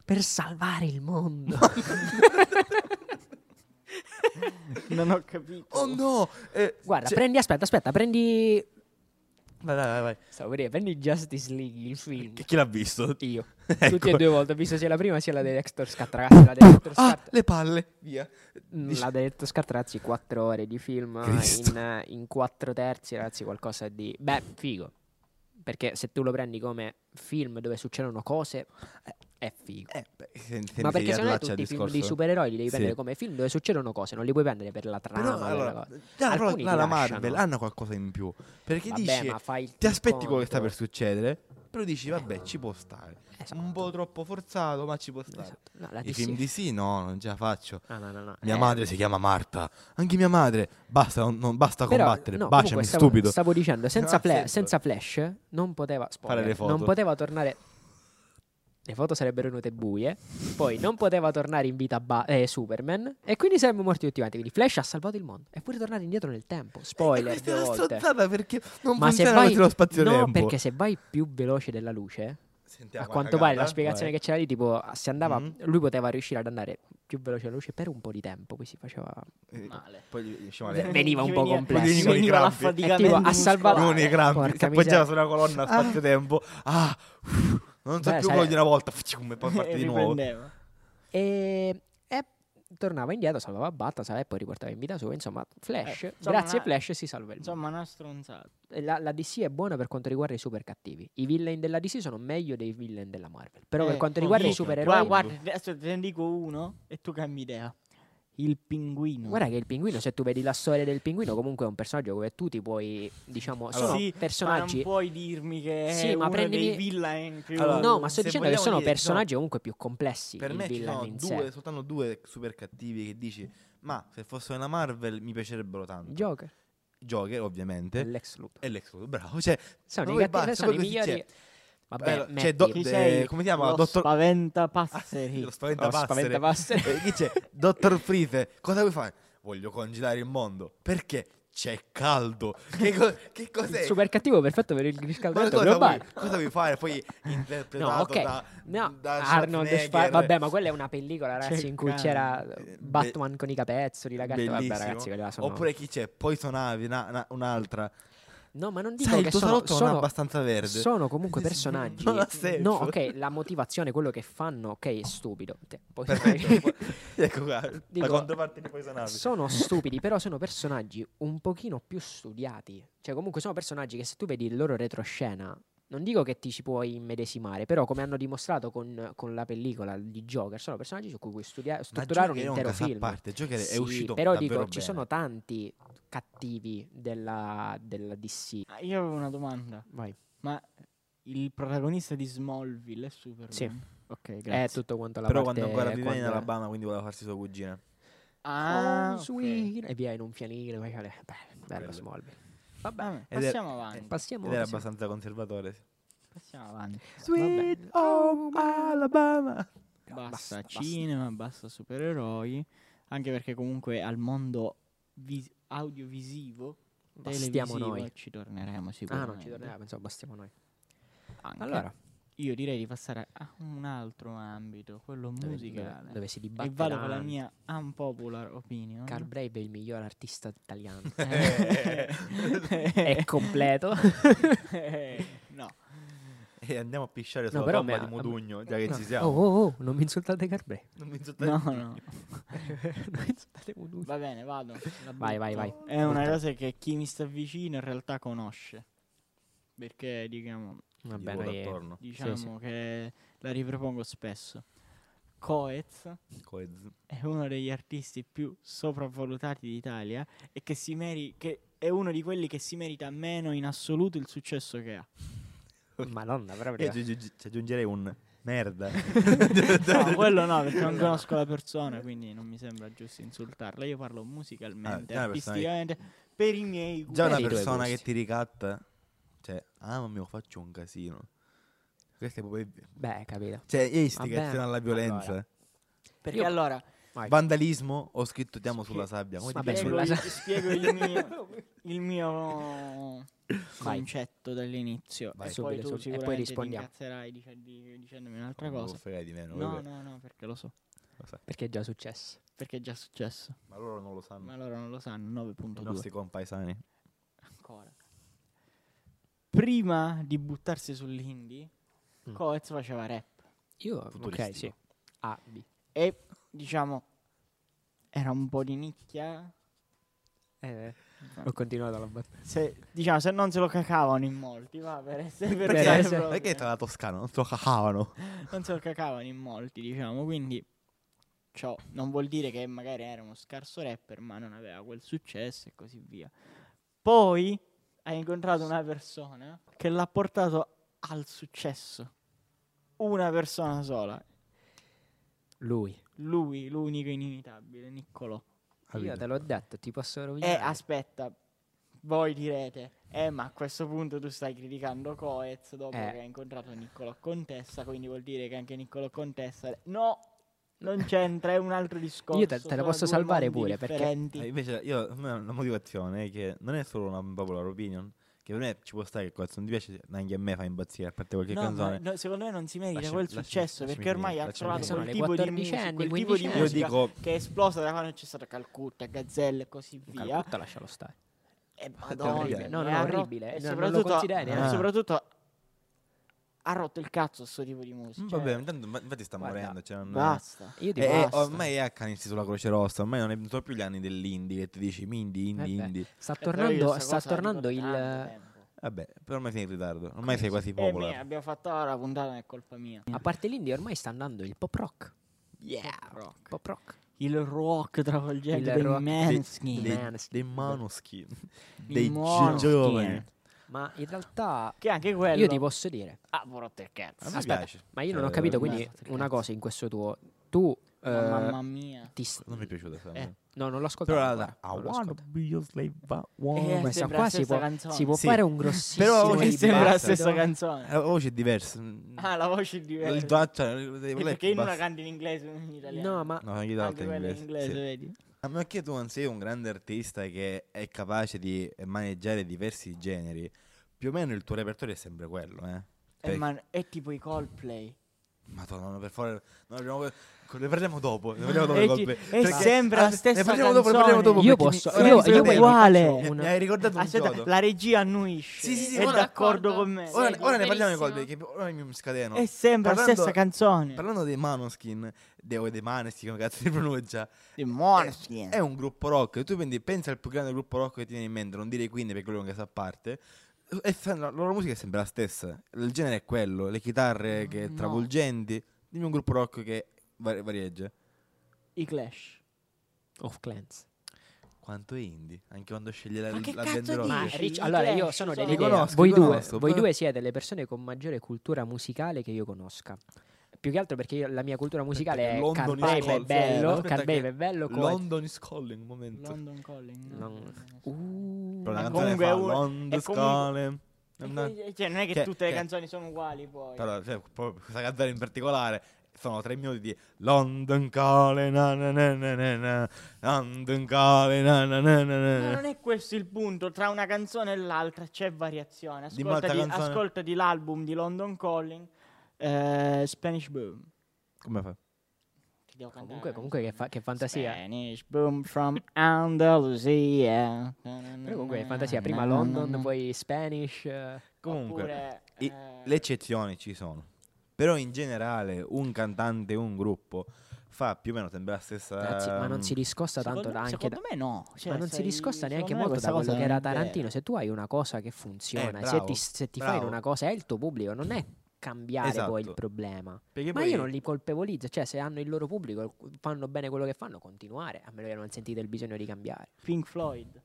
B: per salvare il mondo.
A: Non ho capito.
C: Oh no! eh,
B: Guarda,
C: cioè-
B: prendi, aspetta, aspetta, prendi.
C: Vai, vai, vai, vai.
B: Stavo per dire, prendi Justice League, il film.
C: Chi- Chi l'ha visto?
B: Io.
C: Ecco.
B: Tutte e due volte, ho visto sia la prima sia la Director Scat, ragazzi. La Director
C: Ah,
B: Scat.
C: le palle, via.
B: Mm, L'ha detto Scartrazzi, 4 ore di film eh,
C: Cristo.
B: in, in 4 terzi, ragazzi, qualcosa di... Beh, figo. Perché se tu lo prendi come film dove succedono cose, eh, è figo.
C: Eh, beh, sen- sen-
B: Ma perché secondo
C: se
B: me
C: riallaccia al
B: tutti i film di
C: discorso.
B: supereroi li devi
C: Sì.
B: prendere come film dove succedono cose, non li puoi prendere per la trama.
C: Però,
B: per la
C: allora,
B: cosa.
C: già, però
B: Alcuni
C: là
B: ti
C: la
B: lasciano.
C: Marvel hanno qualcosa in più. Perché
B: Vabbè,
C: dici,
B: ma Eh, fai il
C: ti aspetti quello che sta
B: conto.
C: per succedere, però dici, vabbè, ci può stare. Un po' troppo forzato, ma ci può stare.
B: Eh, Esatto. No, la
C: I
B: DC.
C: film di sì, no, non ce la faccio.
B: Ah, no, no, no.
C: Mia
B: Eh,
C: madre si chiama Marta. Anche mia madre. Basta, non, non basta
B: Però,
C: combattere.
B: no,
C: Baciami,
B: comunque stavo,
C: stupido.
B: Stavo dicendo, senza,
C: ha
B: fla-
C: senso.
B: senza Flash non poteva spoiler,
C: Fare le foto.
B: Non poteva tornare. Le foto sarebbero venute buie. Poi non poteva tornare in vita Ba- eh, Superman. E quindi saremmo morti tutti quanti. Quindi Flash ha salvato il mondo. Eppure tornare indietro nel tempo. Spoiler.
C: Eh, Questa è
B: due
C: una
B: volte.
C: stronzata perché non
B: Ma se
C: funziona
B: vai.
C: così lo spazio
B: No, perché se vai più veloce della luce. a quanto pare la spiegazione
C: eh.
B: che c'era lì, tipo, se andava,
C: Mhm.
B: lui poteva riuscire ad andare più veloce della luce per un po' di tempo. Poi si faceva.
C: che
A: Male.
C: Eh, Poi gli diciamo lei.
B: Veniva un po'
A: Veniva-
B: complesso.
A: Veniva,
C: Con i
A: la
C: crampi.
A: faticamento
B: Eh, tipo, ha salvato-
A: muscolare.
C: Non i crampi.
B: porca
C: Si
B: miseria.
C: appoggiava sulla colonna spazio-tempo. Ah, uff, non so
B: Beh, sai-
C: più
B: eh,
C: quello di una volta. Come poi parte
A: E
C: di nuovo.
A: riprendeva.
B: E, e tornava indietro, salvava Battasar e poi riportava in vita sua. Insomma, Flash,
A: Eh, insomma,
B: grazie a
A: una-
B: Flash si salva il mondo.
A: Insomma, una stronzata.
B: La, la DC è buona per quanto riguarda i super cattivi. I villain della DC sono meglio dei villain della Marvel. Però per
A: Eh,
B: quanto
A: no,
B: riguarda i
A: io-
B: supereroi,
A: Guarda,
B: guarda,
A: guarda, adesso te ne dico uno e tu cambi idea. Il pinguino.
B: che il pinguino, se tu vedi la storia del pinguino, comunque è un personaggio che tu ti puoi, diciamo,
C: Allora,
B: sono
A: sì, Ma non
B: personaggi...
A: puoi dirmi che
B: Sì,
A: è
B: ma
A: uno
B: prendimi-
A: dei villain più...
C: Allora, eh,
B: no, ma sto
C: se
B: dicendo che
C: vogliamo
B: sono
C: dire- diciamo,
B: personaggi comunque più complessi.
C: Per
B: il
C: me ci
B: villain
C: sono
B: in
C: due,
B: sé.
C: soltanto due super cattivi che dici, ma se fossero una Marvel mi piacerebbero tanto.
B: Joker
C: Joker, ovviamente.
B: l'ex Luthor.
C: E Lex Luthor, bravo. Cioè,
B: Sono
C: Ma
B: i
C: voi
B: cattivi-
C: Eh? basta,
B: sono i
C: poi così
B: migliori.
C: c'è.
B: Vabbè,
C: Allora,
B: Matthew.
C: c'è Do-
A: Chi
C: de-
A: sei?
C: come si chiama?
A: Lo
C: Dottor-
A: spaventa passeri.
C: Lo spaventapassere.
B: spaventapassere.
C: Eh, chi c'è? Dottor Freeze, cosa vuoi fare? Voglio congedare il mondo. Perché? C'è caldo. Che, co- che cos'è?
B: Il super cattivo perfetto per il
C: Ma
B: riscaldamento
C: cosa, vuoi,
B: globale.
C: cosa vuoi fare? Poi interpretato
B: No, ok.
C: da,
B: No,
C: da
B: Arnold
C: Schwarzenegger.
B: Schwarzenegger. Vabbè, ma quella è una pellicola, ragazzi,
A: C'è
B: in cui
A: cane.
B: c'era
C: Be-
B: Batman con i capezzoli, la carta. Vabbè,
C: Bellissimo.
B: ragazzi, quella sono...
C: Oppure chi c'è? Poison Ivy, una- una- un'altra.
B: No, ma non dico
C: Sai,
B: che
C: il tuo
B: sono,
C: salotto non è
B: sono,
C: abbastanza verde.
B: sono comunque personaggi.
C: Non ha senso.
B: No, ok, la motivazione, quello che fanno, ok, è stupido. Te- poi-
C: Perfetto. ecco qua,
B: Dico-
C: la controparte di Poison Ivy.
B: sono stupidi, però sono personaggi un pochino più studiati. Cioè, comunque sono personaggi che se tu vedi il loro retroscena, non dico che ti ci puoi immedesimare, però come hanno dimostrato con, con la pellicola di Joker, sono personaggi su cui puoi studia-
C: Ma
B: strutturare un
C: Joker è
B: intero
C: caso a
B: film.
C: parte. Joker è
B: Sì,
C: uscito
B: però
C: davvero
B: dico, ci
C: bene.
B: sono tanti cattivi della, della DC.
A: Ah, Io avevo una domanda.
B: Vai.
A: Ma il protagonista di Smallville è Superman?
B: Sì.
A: Ok,
B: È
A: grazie.
B: tutto quanto la
C: Però
B: parte
C: quando ancora viveva in
B: quando-
C: Alabama, quindi voleva farsi sua cugina.
A: ah,
B: Oh,
A: ok.
B: sweet. E via in un pianino. vai, vai. Beh, bello
C: Bello.
B: Smallville.
A: Vabbè,
C: Ed è-
A: passiamo
B: eh,
A: avanti.
B: Passiamo
C: Ed era
B: passiamo-
C: abbastanza conservatore. sì.
A: Passiamo avanti.
B: Sweet
C: Home Alabama.
A: Basta,
B: basta.
A: cinema, basta supereroi. Anche perché comunque al mondo vis- audiovisivo,
B: Bastiamo
A: televisivo,
B: noi.
A: ci torneremo
B: Ah,
A: sicuramente.
B: non ci tornerà, pensavo bastiamo noi.
A: Anche.
B: Allora,
A: Io direi di passare a un altro ambito, quello
B: dove,
A: musicale.
B: dove- dove si
A: e
B: dibatte
A: vado con la mia unpopular opinion.
B: Carl Brave è il miglior artista italiano.
A: Eh.
B: è completo.
A: Eh, no.
C: E andiamo a pisciare sulla
B: No, però
C: tomba
B: me-
C: di Modugno, già che ci siamo.
B: Oh, oh, oh, non mi insultate Carl Brave.
C: Non mi insultare.
A: No, no.
B: non insultate Modugno.
A: Va bene, vado. La
B: Vai, vai, vai.
A: butto. È una cosa che chi mi sta vicino in realtà conosce. Perché, diciamo,
C: Gli
B: Vabbè,
C: volo
B: noi
C: attorno.
A: diciamo
B: sì.
A: che la ripropongo spesso. Coez
C: Coez.
A: è uno degli artisti più sopravvalutati d'Italia e che, si meri- che è uno di quelli che si merita meno in assoluto il successo che ha.
B: Madonna,
C: Io
B: proprio.
C: ci, aggi- ci aggiungerei un merda.
A: No, quello no, perché non conosco la persona, quindi non mi sembra giusto insultarla. Io parlo musicalmente,
C: Ah, già una persona che-
A: artisticamente, per i miei
C: Già
A: gusti.
C: una
B: Per i tuoi
C: persona che
B: gusti.
C: ti ricatta. Cioè, ah, ma mio, faccio un casino. Questo è proprio.
B: Beh, capito.
C: Cioè, è istigazione
B: Vabbè,
C: alla violenza.
B: allora.
A: Perché
B: Io-
A: allora
B: Vai.
C: Vandalismo, ho scritto diamo sulla sabbia. Come ti
B: Vabbè,
C: piace?
A: spiego,
B: sulla-
A: il, spiego il mio, il mio
B: Vai.
A: concetto dall'inizio
C: Vai.
A: e, poi
B: Subito,
A: tu
B: subito. E poi
A: sicuramente
B: rispondiamo.
A: ti incazzerai dic- di- dicendomi un'altra
C: Non
A: cosa.
C: devo fregare di meno,
A: No,
C: vabbè.
A: no, no, perché lo so,
C: Lo sai.
B: Perché è già successo.
A: perché è già successo,
C: Ma loro non lo sanno.
A: ma loro non lo sanno,
C: I
A: 9.2
C: nostri compaesani.
A: ancora. Prima di buttarsi sull'indie,
B: Mm.
A: Coez faceva rap.
B: Io, ok, sì.
C: Futuristico.
B: A, B.
A: E diciamo era un po' di nicchia.
B: Eh, ho continuato la battuta.
A: Se, diciamo, se non se lo cacavano in molti, va per essere per
B: Perché-
A: stare
B: perché-
A: proprio.
C: Perché tra la Toscana non lo cacavano.
A: Non se lo cacavano in molti, diciamo, quindi ciò non vuol dire che magari era uno scarso rapper, ma non aveva quel successo e così via. Poi ha incontrato una persona che l'ha portato al successo. Una persona sola,
B: Lui.
A: lui, l'unico inimitabile, Niccolò.
B: Io te l'ho detto, ti posso
A: E
B: rovinare.
A: Eh, aspetta, voi direte, eh ma a questo punto tu stai criticando Coez dopo
B: Eh.
A: che hai incontrato Niccolò Contessa, quindi vuol dire che anche Niccolò Contessa... No, non c'entra, è un altro discorso.
B: Io te- te la
A: sono
B: posso
A: due
B: salvare
A: mondi
B: pure, perché-
A: differenti.
C: Eh, Invece io a me la motivazione è che non è solo una popular opinion, che per me ci può stare che cazzo non ti piace, neanche a me fa impazzire a parte qualche
A: No, ma
C: canzone.
A: no, secondo me non si merita
C: Lascia-
A: quel
C: lascia-
A: successo
C: lasciami
A: perché ormai
C: finire,
A: ha
C: lasciami
A: trovato
B: finire.
A: quel
B: Sono
A: tipo
B: le
A: di musica,
B: 14,
A: quel tipo di
B: 15.
C: Io
A: musica
C: dico
A: che è esplosa da quando c'è stata Calcutta, Gazzelle e così via.
B: Calcutta, lascialo stare.
A: E
B: orribile.
A: madonna,
B: Eh, No, no,
A: è
B: orribile. Eh,
A: E
B: No, non lo
A: soprattutto,
B: consideri,
A: e
C: eh.
A: soprattutto ha rotto il cazzo sto tipo di musica.
C: Mm,
A: cioè,
C: Vabbè, intanto ma- infatti sta
B: guarda,
C: morendo. Cioè, non-
A: Basta.
B: Io ti
C: Eh, eh,
B: basta.
C: ormai è accanirsi sulla Croce Rossa, ormai non è- non sono più gli anni dell'indie che ti dici indie, indie,
B: beh.
C: indie.
B: Sta
A: Eh, però io
B: tornando,
A: sta cosa
B: sta
A: la dico
B: tornando
A: da tanto
B: il... eh,
A: tempo.
C: Vabbè, però ormai sei in ritardo, ormai sei quasi
A: Eh, me,
C: popolare.
A: abbiamo fatto ora la puntata, non è colpa mia.
B: A parte l'indie ormai sta andando il pop rock.
A: Pop rock.
B: Pop rock.
A: Il rock
B: Il
A: travolgente dei
B: rock.
A: Manskin.
B: Sì,
C: dei,
B: Maneskin.
C: dei Manoskin,
A: I
C: dei
A: Måneskin.
C: giovani.
B: Ma in realtà
A: Che anche quello.
B: io ti posso dire,
A: Ah, ha rotto il cazzo.
C: A me
B: Aspetta,
C: piace.
B: ma io non
C: Cioè,
B: ho capito
A: veramente.
B: quindi una cosa in questo tuo. Tu
A: Ma
B: eh,
A: mamma mia.
B: ti s-
C: Non mi è piaciuta questa
A: Eh,
B: No, non l'ho ascoltato.
C: Però la
B: guarda,
C: I
B: non l'ho
C: wanna
B: ascoltato.
C: be your slave but
A: Eh,
C: one.
B: Questa
A: sembra
B: qua
A: la
B: si
A: stessa
B: può-
A: canzone.
B: Si può
C: Sì.
B: fare un
C: Però
B: grossissimo
A: Sì,
C: voce
A: Oh, sembra la
C: basta.
A: stessa canzone.
C: Eh,
B: Eh,
C: La voce è diversa. mm,
A: Ah, la voce è
C: Il
A: diversa.
C: taccio,
A: Eh, Perché in una canta in inglese e in italiano.
B: No, ma
C: No, anche
A: anche
C: l'altra in
A: quella in inglese,
C: inglese. sì.
A: vedi?
C: A meno che tu non sei un grande artista che è capace di maneggiare diversi generi, più o meno il tuo repertorio è sempre quello, eh.
A: Eh,
C: Perché-
A: ma è tipo i Coldplay.
C: Madonna, no, per favore, no, abbiamo- ne parliamo dopo. Ne parliamo dopo.
A: Eh,
C: Colpe,
A: ti- eh,
C: perché-
A: sembra la
C: ah,
A: stessa
C: ne parliamo dopo, ne parliamo dopo.
A: canzone.
B: Io
C: perché
B: posso-
C: mi-
A: io-
C: mi-
A: io
C: mi-
A: uguale.
C: Mi, mi
B: Una-
C: hai ricordato un
A: Aspetta,
C: chiodo.
A: la regia annuisce.
C: Sì, sì, sì,
A: è
C: ora-
A: d'accordo
D: d'accordo.
A: con me.
D: Sì,
C: Ora, ora ne parliamo di
D: verissimo.
C: Colpe, che ora mi scadeno.
A: E sembra la
C: parlando-
A: stessa canzone.
C: Parlando dei Manoskin, dei, o dei Maneskin, come cazzo si pronuncia,
A: Di Måneskin.
C: è un gruppo rock. Tu quindi pensa al più grande gruppo rock che ti viene in mente, non dire quindi perché quello è un caso a parte. E fa- la loro musica è sempre la stessa. Il genere è quello, le chitarre che
A: Mm, No.
C: travolgenti. Dimmi un gruppo rock che var- varieggia.
A: I Clash.
B: Of Clans.
C: Quanto è indie, anche quando sceglie la,
A: Ma che
C: la
A: cazzo
C: band rock.
A: dici?
B: Ma
A: Sì,
B: Rich,
A: i
B: allora io
A: Clash
B: sono
A: sono-
B: dell'idea.
C: Li conosco,
B: voi,
C: li
B: due,
C: conosco,
B: voi
C: però-
B: due siete le persone con maggiore cultura musicale che io conosca. Più che altro perché io- la mia cultura musicale
C: che
B: è Car
C: London is
B: Babe è
C: called-
B: bello,
C: aspetta
B: Car
C: che-
B: Babe è bello, Coez-
C: London is calling, un momento.
A: London Calling. no?
B: Non- Uh,
C: Però la
A: Ma
C: canzone
A: comunque
C: fa
A: è un-
C: London
A: è
C: is
A: comunque-
C: calling. Andate-
A: Eh, Cioè, non è che
C: Che-
A: tutte le
C: che-
A: canzoni sono uguali poi.
C: Però, cioè, proprio questa canzone in particolare sono tre minuti di London Calling, na na na na na na, London Calling, na na na na
A: Ma
C: na.
A: non è questo il punto, tra una canzone e l'altra c'è variazione.
C: Dimmi un'altra
A: Ascoltati,
C: canzone.
A: ascoltati l'album di London Calling, eh, Spanish Boom.
C: Come fa?
A: Ti devo cantare
B: Comunque,
A: la
B: comunque che, fa- che fantasia.
A: Spanish Boom from Andalusia.
B: Però comunque
A: Mm.
B: che fantasia.
C: Mm.
B: Prima London, poi Spanish. eh.
C: Comunque,
A: Oppure,
C: i-
A: eh,
C: le eccezioni ci sono. Però in generale un cantante, un gruppo fa più o meno sempre la stessa
B: Ragazzi, ma non si
C: mm,
B: discosta tanto
A: secondo,
B: da anche da,
A: secondo me no. cioè,
B: ma non si
A: sai,
B: discosta
A: secondo
B: neanche
A: me
B: molto
A: questa
B: da quello
A: cosa
B: che era
A: non è vera.
B: Tarantino. Se tu hai una cosa che funziona,
C: Eh,
B: se
C: bravo,
B: ti, se ti fai in
C: bravo.
B: una cosa è il tuo pubblico, non è cambiare poi il
C: Esatto.
B: problema.
C: perché
B: Ma
C: poi-
B: io non li colpevolizzo, cioè se hanno il loro pubblico, fanno bene quello che fanno, continuare, a meno che non sentite il bisogno di cambiare.
A: Pink Floyd.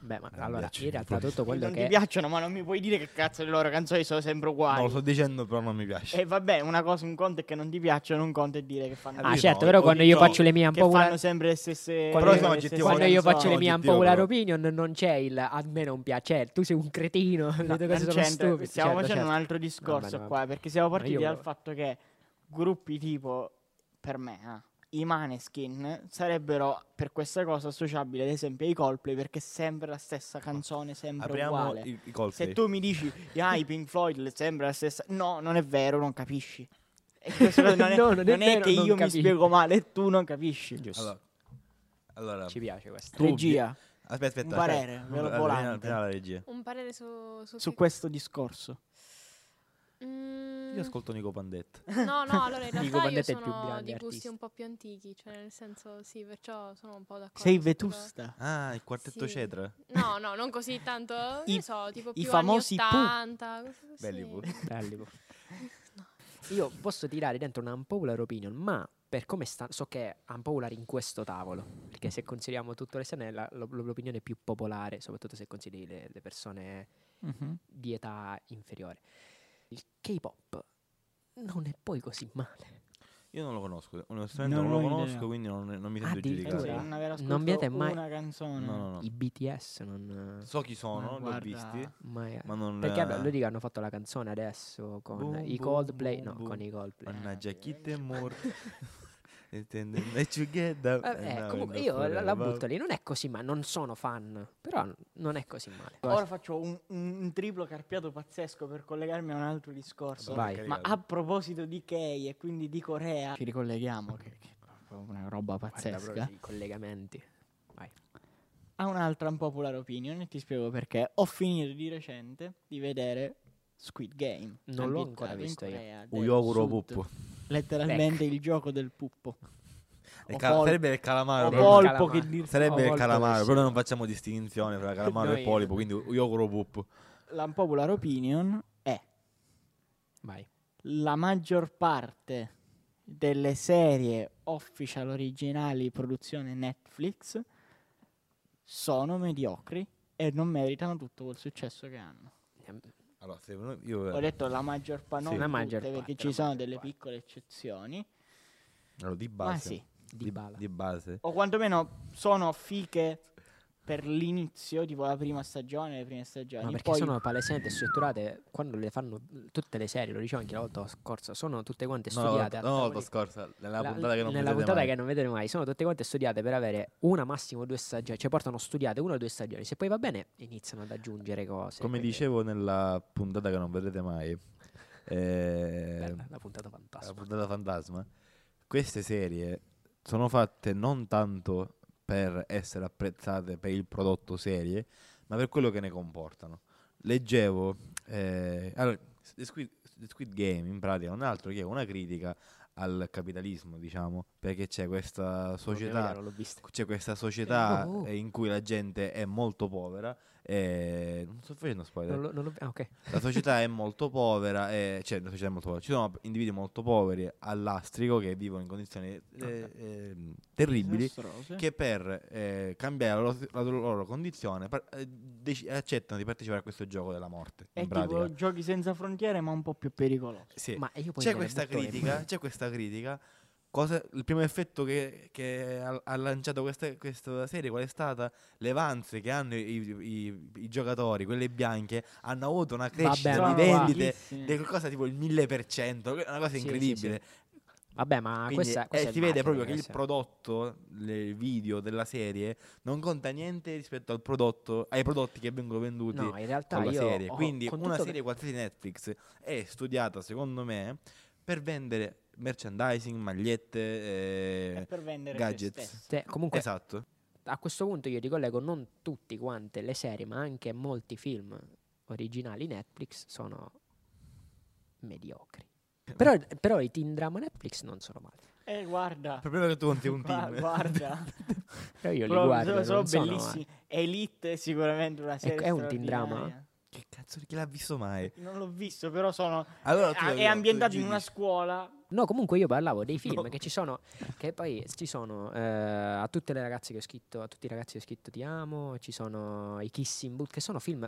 B: Beh, ma
A: Eh,
C: Non mi
B: allora
C: piace,
B: in realtà
C: proprio.
B: tutto quello
A: non
B: che
A: ti piacciono, ma non mi puoi dire che cazzo le loro canzoni sono sempre uguali.
C: No, lo sto dicendo, però non mi piace.
A: E vabbè, una cosa, un conto è che non ti piacciono, un conto è dire che fanno,
B: Ah,
C: Io
B: certo,
C: no,
B: però
C: io
B: quando
C: dico
B: io faccio le mie un
A: che
B: po'
A: fanno sempre le stesse
B: Quando
A: le
B: io-
A: stesse
C: oggettivo, eh.
B: Quando
A: canzoni.
B: io faccio le
C: sono
B: mie un
C: oggettivo,
B: popular
C: però.
B: opinion non c'è il a me non piace, eh, tu sei un cretino, le
A: No,
B: tue
A: non
B: cose sono
A: c'entra,
B: stupide.
A: Stiamo
B: certo,
A: facendo
B: certo.
A: un altro discorso
B: vabbè.
A: qua, perché siamo partiti
B: io
A: dal
B: volevo-
A: fatto che gruppi tipo, per me, ah, i Maneskin sarebbero per questa cosa associabili ad esempio ai Coldplay, perché è sempre la stessa canzone, sempre
C: Apriamo
A: uguale.
C: i, i colpi.
A: Se tu mi dici, ah, i Pink Floyd le sembra la stessa... No, non è vero, non capisci. E questa cosa non è,
B: No, non è
A: non è
B: vero,
A: che
B: non
A: io
B: capisci.
A: mi spiego male e tu non capisci.
B: Giusto.
C: Allora, allora
B: Ci piace questo.
C: tu vi-
A: Regia,
C: Aspetta, aspetta.
A: un parere,
C: aspetta.
A: ve lo
C: Allora,
A: volante.
C: prima- prima la regia.
D: Un parere su... su,
A: su
D: che-
A: questo discorso.
D: Mm,
C: Io ascolto Nico Pandetta.
D: No, no, allora in
B: Dico,
D: realtà io
B: Bandetta è il più
D: sono
B: grande
D: di gusti
B: artista.
D: un po' più antichi, cioè nel senso sì, perciò sono un po' d'accordo.
A: Sei
D: su quello-
A: vetusta.
C: Ah, il quartetto
D: Sì.
C: Cetra.
D: No, no, non così tanto,
A: I-
D: ne so, tipo
A: i
D: più
A: famosi Pooh.
D: anni 80, cose così.
C: Belli Pooh.
B: Belli, po'. Io posso tirare dentro una unpopular opinion, ma per come sta, so che è unpopular in questo tavolo, perché se consideriamo tutto l'esterno è la- lo- lo- l'opinione più popolare, soprattutto se consideri le, le persone
A: Cioè,
B: di età inferiore. Il K-pop non è poi così male.
C: Io non lo conosco, onestamente
A: Non
C: non, lo
A: ho
C: conosco,
A: idea.
C: quindi non, non mi sento
B: Ah, Addirittura.
A: Penso di
C: giudicato.
A: non aver
B: Non
A: ascoltato
B: abbiate mai-
A: una canzone.
C: No, no, no.
B: I BTS non...
C: So chi
A: Ma
C: sono, li ho
A: guarda,
C: visti,
B: Mai,
C: ma non...
B: perché vabbè,
C: eh,
B: loro dico, hanno fatto la canzone adesso con
C: Boom,
B: i
C: boom,
B: Coldplay,
C: boom,
B: no,
C: boom.
B: con i Coldplay.
C: Mannaggia, chi te mor... Let you get down. Eh,
B: Vabbè,
C: and now
B: Eh, comunque
C: and
B: io la, la
C: forever.
B: butto lì, non è così male, non sono fan, però n- non è così male.
A: Ora faccio un, un- un triplo carpiato pazzesco per collegarmi a un altro discorso.
B: Vai.
C: Porca
A: Ma
C: regalo.
A: a proposito di Kei e quindi di Corea, ci ricolleghiamo, che, che è proprio una roba
B: Guarda
A: pazzesca.
B: proprio i collegamenti.
A: a un'altra unpopular opinion e ti spiego perché. Ho finito di recente di vedere Squid Game.
B: Non l'ho
A: ambientato
B: ancora
A: in
B: visto io. Ecco.
A: Corea del
C: Uyoguro
A: Sud.
C: puppo.
A: Letteralmente il gioco del puppo.
C: Il
A: O
C: cala-
A: pol-
C: sarebbe il
A: o
C: calamaro. però-
B: pol-
A: polpo che
B: calamaro.
A: dir
C: Sarebbe
B: o
C: il
B: volpe
C: calamaro,
B: del
C: però non facciamo distinzione tra calamaro
B: Noi- eh.
C: e polipo, quindi Uyoguro puppo.
A: L'unpopular opinion è
B: Vai.
A: la maggior parte delle serie official originali produzione Netflix sono mediocri e non meritano tutto quel successo che hanno.
B: Ehm,
C: Allora, se uno- io...
A: Ho detto la maggior parte,
C: Sì.
A: non
B: La
A: tutte,
B: maggior
A: perché
B: parte,
A: ci
B: la
A: sono
B: maggior
A: delle
B: parte.
A: piccole eccezioni.
C: Allora, di base.
A: Ma sì.
B: di bala.
C: di base.
A: O quantomeno sono fiche per l'inizio, tipo la prima stagione, le prime stagioni.
B: Ma perché
A: Poi
B: sono palesemente strutturate quando le fanno tutte le serie, lo dicevo anche la volta scorsa, sono tutte quante
C: No,
B: studiate. a
C: no, la
B: tavoli-
C: volta scorsa, nella
B: la-
C: puntata che non
B: nella
C: vedete
B: puntata
C: mai.
B: che non vedete mai, sono tutte quante studiate per avere una massimo due stagioni, cioè portano studiate una o due stagioni. Se poi va bene, iniziano ad aggiungere cose.
C: Come
B: perché-
C: dicevo nella puntata che non vedrete mai, eh,
B: Bella, la puntata
C: la
B: fantastica.
C: puntata fantasma, queste serie sono fatte non tanto per essere apprezzate per il prodotto serie, ma per quello che ne comportano. Leggevo, eh, allora, The Squid, The Squid Game in pratica non è altro che una critica al capitalismo, diciamo, perché c'è questa società
B: Non l'ho vista.
C: c'è questa società
B: oh.
C: eh, in cui la gente è molto povera e non sto facendo spoiler.
B: Non l'ho- non l'ho- ah, ok.
C: La società è molto povera, e, cioè la società è molto povera. Ci sono individui molto poveri all'astrico che vivono in condizioni eh,
B: Ah,
C: ehm, terribili
A: disastrose.
C: che per eh, cambiare la loro, la loro condizione par- eh, deci- accettano di partecipare a questo gioco della morte.
A: È
C: in
A: tipo
C: pratica.
A: giochi senza frontiere, ma un po' più pericoloso.
C: Sì.
B: Ma io poi
C: C'è
B: me ne
C: questa
B: butto le
C: critica,
B: mani.
C: c'è questa critica. Cosa- il primo effetto che, che ha, ha lanciato questa, questa serie qual è stata? Le vanze che hanno i, i- i giocatori, quelle bianche, hanno avuto una crescita
B: Sono
C: di vendite
A: bellissime.
C: di qualcosa tipo il 1000%, che è una cosa
B: Sì, sì,
C: incredibile.
B: Vabbè, ma
C: Quindi,
B: questa,
C: eh,
B: questa è
C: si
B: marketing,
C: vede proprio che il
B: questa è-
C: prodotto, le- il video della serie, non conta niente rispetto al prodotto, ai prodotti che vengono venduti
B: No, in realtà
C: con la
B: io
C: serie.
B: ho-
C: Quindi
B: con
C: una
B: tutto
C: serie qualsiasi di Netflix è studiata, secondo me, per vendere merchandising, magliette,
A: È
C: eh,
A: per vendere
C: gadgets.
A: se stessi.
B: che- cioè, comunque
C: esatto.
B: a questo punto io ricollego non tutti quante le serie, ma anche molti film originali Netflix sono mediocri. Però, però i teen drama Netflix non sono male.
A: Eh, guarda.
C: Proprio che tu conti un
A: Gua-
C: team.
A: guarda,
B: Però io li
A: Proprio,
B: guardo,
A: sono, sono
B: non sono eh, male.
A: bellissimi. Elite è sicuramente una serie
B: Ecco, è un teen
A: straordinaria.
B: drama?
C: Che cazzo, chi l'ha visto mai?
A: Non l'ho visto, però sono
B: Eh,
C: Allora, tu
A: Ah,
C: devi-
A: è ambientato
C: tu
A: in una
C: giudici.
A: scuola.
B: No, comunque io parlavo dei film
C: No.
B: che ci sono, che poi ci sono eh, a tutte le ragazze che ho scritto, a tutti i ragazzi che ho scritto ti amo, ci sono i Kissing Booth, che sono film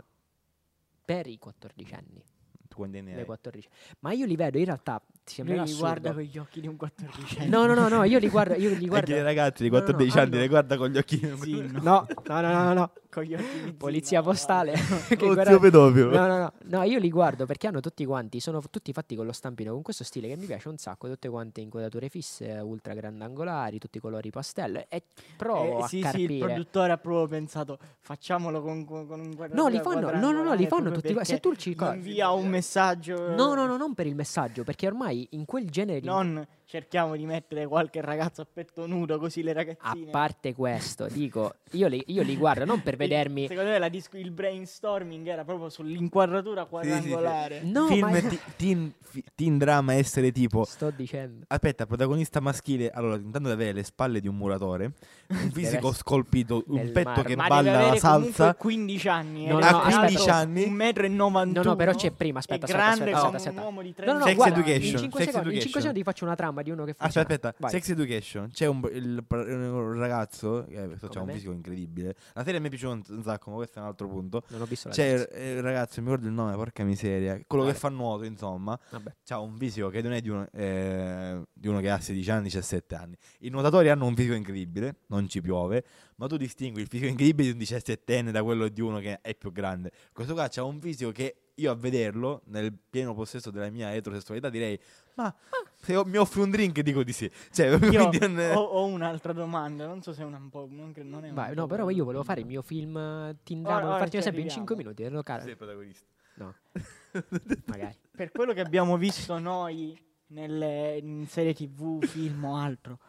B: per i 14 anni.
C: Tu quanti anni
B: le
C: hai?
B: 14. Ma io li vedo in realtà, ti
A: Lui
B: sembrerà
A: mi guarda
B: assurdo.
A: con gli occhi di un 14enne.
B: No, no, no, no, io li guardo, io li
C: Anche i
B: guardo.
C: ragazzi di
B: No, no, no,
C: 14 anni
B: hanno-
C: le guarda con gli occhi
A: Sì, no.
B: No, no, no, no, no, no.
A: Con gli occhi di Eh, zio,
B: Polizia
A: no,
B: postale.
A: guarda.
B: che
C: Oh,
B: guarda-
C: zio pedofilo.
B: No, no, no, no, io li guardo perché hanno tutti quanti, sono f- tutti fatti con lo stampino, con questo stile che mi piace un sacco, tutte quante inquadrature fisse, ultra grandangolari, tutti colori pastello e provo
A: Eh, sì,
B: a
A: sì, il
B: carpire.
A: produttore ha proprio pensato facciamolo con, con con un
B: no,
A: quadratino
B: li fanno, no, no, no,
A: quadrangolare,
B: li fanno
A: proprio
B: tutti quanti. Se
A: perché
B: tu ci co-
A: invia un messaggio eh,
B: No, no, no, non per il messaggio, perché ormai in quel genere di
A: Non cerchiamo di mettere qualche ragazzo a petto nudo così le
B: A
A: ragazzine.
B: parte questo, dico, io li, io li guardo non per vedermi.
A: Secondo me la disco- il brainstorming era proprio sull'inquadratura quadrangolare.
B: No,
C: film
B: ma
C: ti- teen, fi- teen drama essere tipo
B: sto dicendo.
C: Aspetta, protagonista maschile, allora intanto deve avere le spalle di un muratore, un fisico
B: essere
C: scolpito, un
B: del
C: petto
B: mare.
C: che
A: Ma deve
C: balla la
A: avere
C: salsa.
A: comunque 15 anni.
B: No,
A: eh,
B: no,
A: tra
B: no, aspetta.
A: l'altro
C: 15 anni?
A: 1,91 m.
B: No, no, però c'è prima, aspetta,
A: è
B: aspetta,
A: grande
B: aspetta,
A: come
B: aspetta, aspetta.
A: un uomo di 30
B: No, no, no,
C: Sex
B: guarda,
C: education,
B: in 5 secondi, in
C: sex
B: 5
C: education.
B: secondi ti faccio una trama di uno che fa.
C: Ah, Aspetta, aspetta,
B: Vai.
C: Sex Education, c'è un, il- eh, un ragazzo, eh, questo
B: Come
C: c'ha un
B: me?
C: fisico incredibile, la serie mi è piaciuta un, un sacco, ma questo è un altro punto.
B: Non ho visto la
C: C'è il,
B: terza.
C: eh, il ragazzo, mi ricordo il nome, porca miseria, quello
B: Vale.
C: che fa nuoto, insomma,
B: Vabbè.
C: c'ha un fisico che non è di uno, eh, di uno che ha 16 anni, 17 anni. I nuotatori hanno un fisico incredibile, non ci piove, ma tu distingui il fisico incredibile di un 17enne da quello di uno che è più grande. Questo qua c'ha un fisico che io a vederlo, nel pieno possesso della mia eterosessualità, direi, ma se o- mi offri un drink dico di sì. Cioè,
A: Io
C: quindi non è-
A: ho, ho un'altra domanda, non so se è una un po'. Non, cre- non è una
B: Vai,
A: un
B: no,
A: po'
B: però io
A: domanda.
B: volevo fare il mio film eh, Teen
A: Ora-
B: Drama,
A: ora
B: farti un
A: ci
B: esempio in 5
A: arriviamo.
B: minuti, lo cara.
C: sei il protagonista.
B: No. Magari.
A: Per quello che abbiamo visto noi nelle in serie tv, film o altro.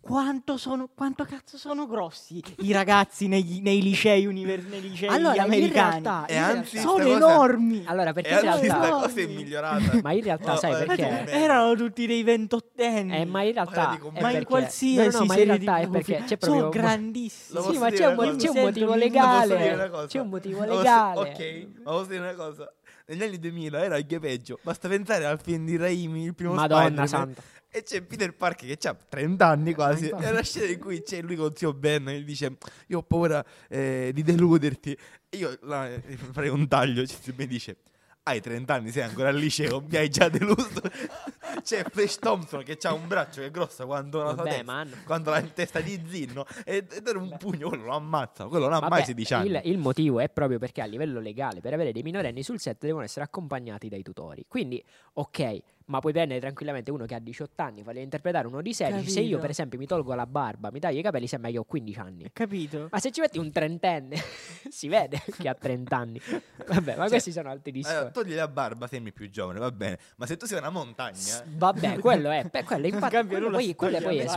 A: Quanto, sono, quanto cazzo sono grossi i ragazzi negli- nei licei, univer- nei licei
B: Allora, in
A: americani?
B: realtà,
C: E
B: in
C: anzi-
B: realtà-
A: sono
C: Sta cosa-
A: enormi!
B: allora perché
C: E
B: in
C: anzi sta
B: realtà
A: no.
C: cosa è migliorata.
B: ma in realtà
C: Oh,
B: sai
C: eh,
B: perché?
C: tu-
A: Erano tutti dei ventottenni.
B: Eh, ma in realtà
C: Parla
B: è
C: di commenti.
A: ma
B: perché-
A: in qualsiasi
B: no, no, no, ma in
A: serie
B: realtà è
A: TV,
B: perché c'è
A: sono
B: proprio
A: grandissimi.
C: Lo
B: Sì,
C: posso
B: ma
C: dire
B: c'è un,
C: una
B: mo-
C: cosa?
B: c'è un
A: Mi sento
B: motivo
C: Ma posso dire una
B: legale.
C: cosa?
B: C'è un motivo
C: Ma posso-
B: legale.
C: ok, ma posso dire una cosa? Negli anni 2000 era anche peggio. Basta pensare al film di Raimi, il primo
B: Madonna Eh,
C: Spider-Man,
B: santa.
C: E c'è Peter Parker che ha 30 anni quasi.
B: infatti.
C: È una scena in cui c'è lui con zio Ben e gli dice: Io ho paura eh, di deluderti. E io là, eh, farei un taglio. Cioè, mi dice: Hai 30 anni, sei ancora al liceo, mi hai già deluso. C'è Flash Thompson che ha un braccio che è grosso quando la sua
B: Vabbè,
C: testa,
B: ma hanno-
C: quando la testa di Zinno e dare un pugno, quello lo ammazza, quello non ha mai
B: Vabbè,
C: 16 anni.
B: Il, il motivo è proprio perché a livello legale per avere dei minorenni sul set devono essere accompagnati dai tutori. Quindi, ok, ma puoi prendere tranquillamente uno che ha 18 anni, fargli interpretare uno di 16. Se io,
A: Capito.
B: per esempio, mi tolgo la barba, mi taglio i capelli, sembra che ho 15 anni.
A: Capito?
B: Ma se ci metti un trentenne, si vede che ha 30 anni. Vabbè, ma
C: Cioè,
B: questi sono altri
C: Allora,
B: discorsi.
C: togli la barba, sembri più giovane, va bene, ma se tu sei una montagna...
B: Vabbè, quello è. beh, quello, infatti,
A: cambia
B: quello
A: nulla,
B: poi, quello poi è
A: sbagliato.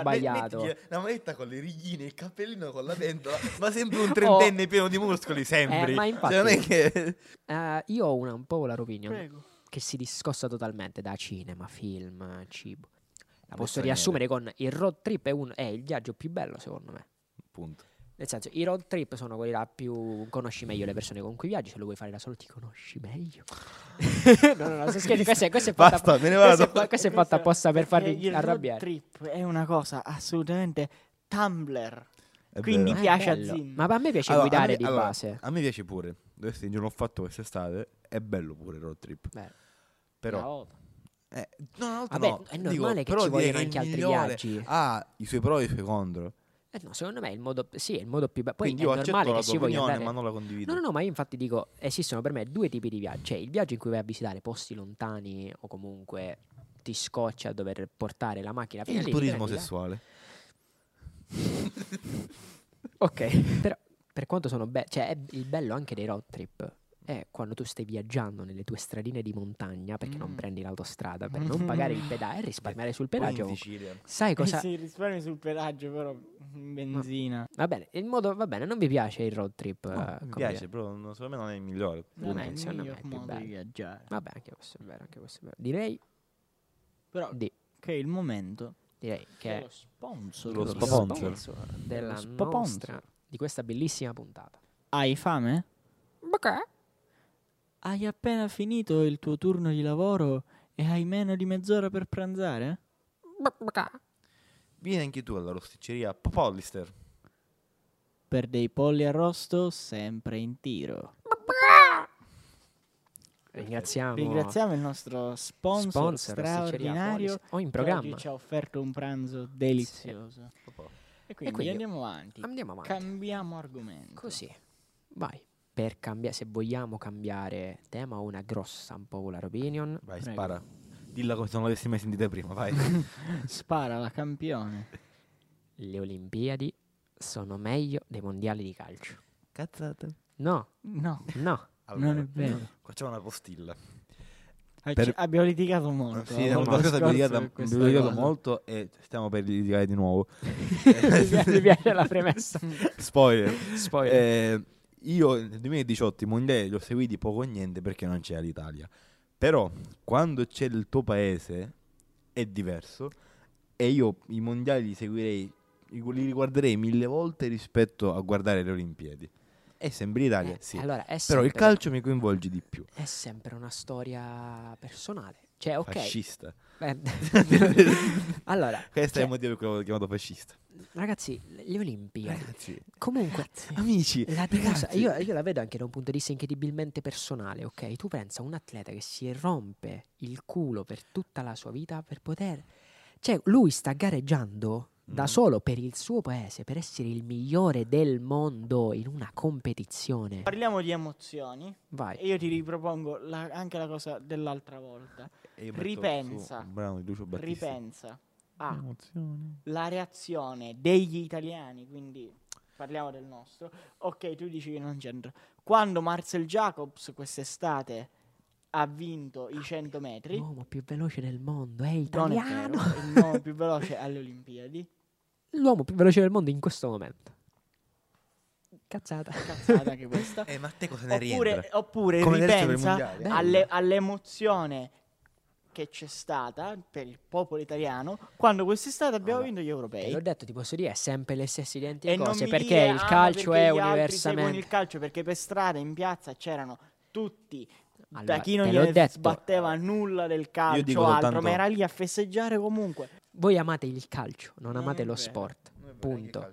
B: sbagliato.
C: Metti La manetta con le righine, il cappellino con la pentola, ma sembri un trentenne pieno di muscoli, sembri.
B: Oh. Eh, ma infatti-
C: Cioè, non è che...
B: Eh, io ho una, un po' la opinion.
A: Prego.
B: che si discosta totalmente da cinema, film, cibo. La posso
C: Questo è
B: riassumere con il road trip è, un- è il viaggio più bello secondo me.
C: Punto.
B: Nel senso, i road trip sono quelli là più conosci meglio le persone con cui viaggi, se lo vuoi fare da solo ti conosci meglio. no, no, no, sto scherzando, questa, è- questa è fatta
C: Basta, me ne
B: questa è
C: vado.
B: fa- questa è fatta apposta per
A: Perché
B: farvi
A: il road
B: arrabbiare.
A: trip è una cosa assolutamente Tumblr.
C: È
A: Quindi-
B: Ma
C: vero.
B: è
A: piace a
B: Eh, bello.
A: Zin.
B: Ma a me piace
C: Allora,
B: guidare
C: a me-
B: di
C: allora,
B: base.
C: A me piace pure. Devo essere l'ho fatto quest'estate, è bello pure il road trip.
B: Beh,
C: eh, Però...
B: una volta.
C: Eh, no, una volta
B: Vabbè,
C: no.
B: è
C: Dico,
B: normale che
C: però
B: ci
C: dire
B: vogliono
C: il
B: anche altri
C: migliore
B: viaggi.
C: Ha i suoi pro e i suoi contro.
B: Eh no, secondo me è il modo, sì, è il modo più bello. Poi
C: Quindi
B: è
C: io accetto
B: normale
C: la
B: che
C: tua
B: si voglia
C: opinione,
B: andare.
C: ma non la condivido.
B: No, no, no, ma io infatti dico, esistono per me due tipi di viaggi. Cioè, il viaggio in cui vai a visitare posti lontani o comunque ti scoccia a dover portare la macchina
C: E
B: fino
C: il
B: lì,
C: turismo
B: prendi la-
C: sessuale.
B: Ok, però per quanto sono belli, cioè è il bello anche dei road trip è quando tu stai viaggiando nelle tue stradine di montagna perché non
A: Mm.
B: prendi l'autostrada per non pagare il pedaggio e risparmiare sul
C: Poi in
B: pedaggio.
C: Sicilia.
B: Sai cosa? Mm.
A: Si risparmi sul pedaggio, però in benzina.
B: Va bene, il modo va bene, non vi piace il road trip? eh,
C: No, mi
B: come-
C: piace, però non- secondo me non è il migliore.
A: Non è
B: eh,
A: il
B: secondo me
A: miglior
B: è più
A: modo di
B: bello.
A: viaggiare.
B: Vabbè, anche questo è vero, anche questo è vero. Direi,
A: Però
B: di-
A: che è il momento
B: direi che
A: dello sponsor.
C: Lo
B: lo
A: dello
C: sponsor.
B: sponsor della
A: Lo sponsor.
B: nostra di questa bellissima puntata.
A: Hai fame? Hai appena finito il tuo turno di lavoro e hai meno di mezz'ora per pranzare?
C: Vieni anche tu alla rosticceria Popolister.
A: Per dei polli arrosto sempre in tiro.
B: Ringraziamo.
A: Ringraziamo il nostro sponsor,
B: Sponsor, rosticceria
A: straordinario
B: Polis. O "Oh, in
A: che
B: programma.
A: oggi ci ha offerto un pranzo delizioso. E quindi,
B: quindi
A: andiamo avanti.
B: Andiamo avanti.
A: Cambiamo argomento.
B: Così. Vai. Per cambiare, se vogliamo cambiare tema, ho una grossa unpopular opinion.
C: Vai,
A: Prego.
C: spara. Dilla come se non l'avessi mai sentita prima, vai.
A: Spara la campione.
B: Le Olimpiadi sono meglio dei mondiali di calcio.
C: Cazzata.
B: No,
A: No,
B: no.
A: non è vero.
C: Facciamo una postilla.
A: Ah,
C: Per-
A: ci- Abbiamo litigato molto.
C: Sì,
A: la
C: è una
A: volta
C: cosa che abbiamo
A: scorsa
C: litigato-
A: per questa
C: abbiamo litigato
A: cosa.
C: molto e stiamo per litigare di nuovo.
B: mi, piace, mi piace la premessa.
C: Spoiler.
B: Spoiler.
C: Eh, io nel 2018 i mondiali li ho seguiti poco o niente perché non c'era l'Italia. Però quando c'è il tuo paese è diverso e io i mondiali li seguirei, li riguarderei mille volte rispetto a guardare le Olimpiadi. È sempre l'Italia,
B: Eh,
C: sì.
B: Allora, è
C: Però il
B: sempre-
C: calcio mi coinvolge di più.
B: è sempre una storia personale. Cioè, ok.
C: Fascista.
B: Eh, allora,
C: Questo è
B: cioè,
C: il motivo per cui l'ho chiamato fascista.
B: ragazzi, le Olimpiadi.
C: Ragazzi,
B: Comunque,
C: amici,
B: la
C: Eh. ragazzi,
B: cosa, io, io la vedo anche da un punto di vista incredibilmente personale, ok? Tu pensa a un atleta che si rompe il culo per tutta la sua vita per poter... Cioè, lui sta gareggiando da
C: Mhm.
B: solo per il suo paese, per essere il migliore del mondo in una competizione.
A: Parliamo di emozioni.
B: Vai.
A: E io ti ripropongo la- anche la cosa dell'altra volta.
C: E io metto
A: ripensa.
C: su un brano di Lucio Battisti.
A: Ripensa a
C: Emozioni.
A: la reazione degli italiani, quindi parliamo del nostro. Ok, tu dici che non c'entra. Quando Marcel Jacobs quest'estate ha vinto i 100 metri,
B: L'uomo più veloce del mondo è
A: non è
B: italiano.
A: vero, il nuovo più veloce alle Olimpiadi,
B: L'uomo più veloce del mondo in questo momento. Cazzata.
A: cazzata anche questa.
C: Eh, ma a te cosa ne rientra?
A: Oppure, oppure
C: Come adesso per i
A: ripensa
C: mondiali.
A: alle- all'emozione che c'è stata per il popolo italiano quando quest'estate abbiamo vinto
B: Allora,
A: gli
B: Ah, Te l'ho
A: europei.
B: detto, ti posso dire, è sempre le stesse identiche
A: E non
B: cose
A: mi
B: perché
A: dire,
B: il
A: "Ah, ma
B: calcio
A: perché
B: è
A: gli altri seguono
B: universalmente.
A: il calcio perché per strada in piazza c'erano tutti
B: Allora,
A: da chi non
B: te l'ho
A: gli
B: detto.
A: sbatteva nulla del calcio
C: dico
A: o altro,
C: soltanto-
A: ma era lì a festeggiare comunque.
B: Voi amate il calcio, non,
A: Non
B: amate
A: è
B: lo
A: vero.
B: sport. Punto.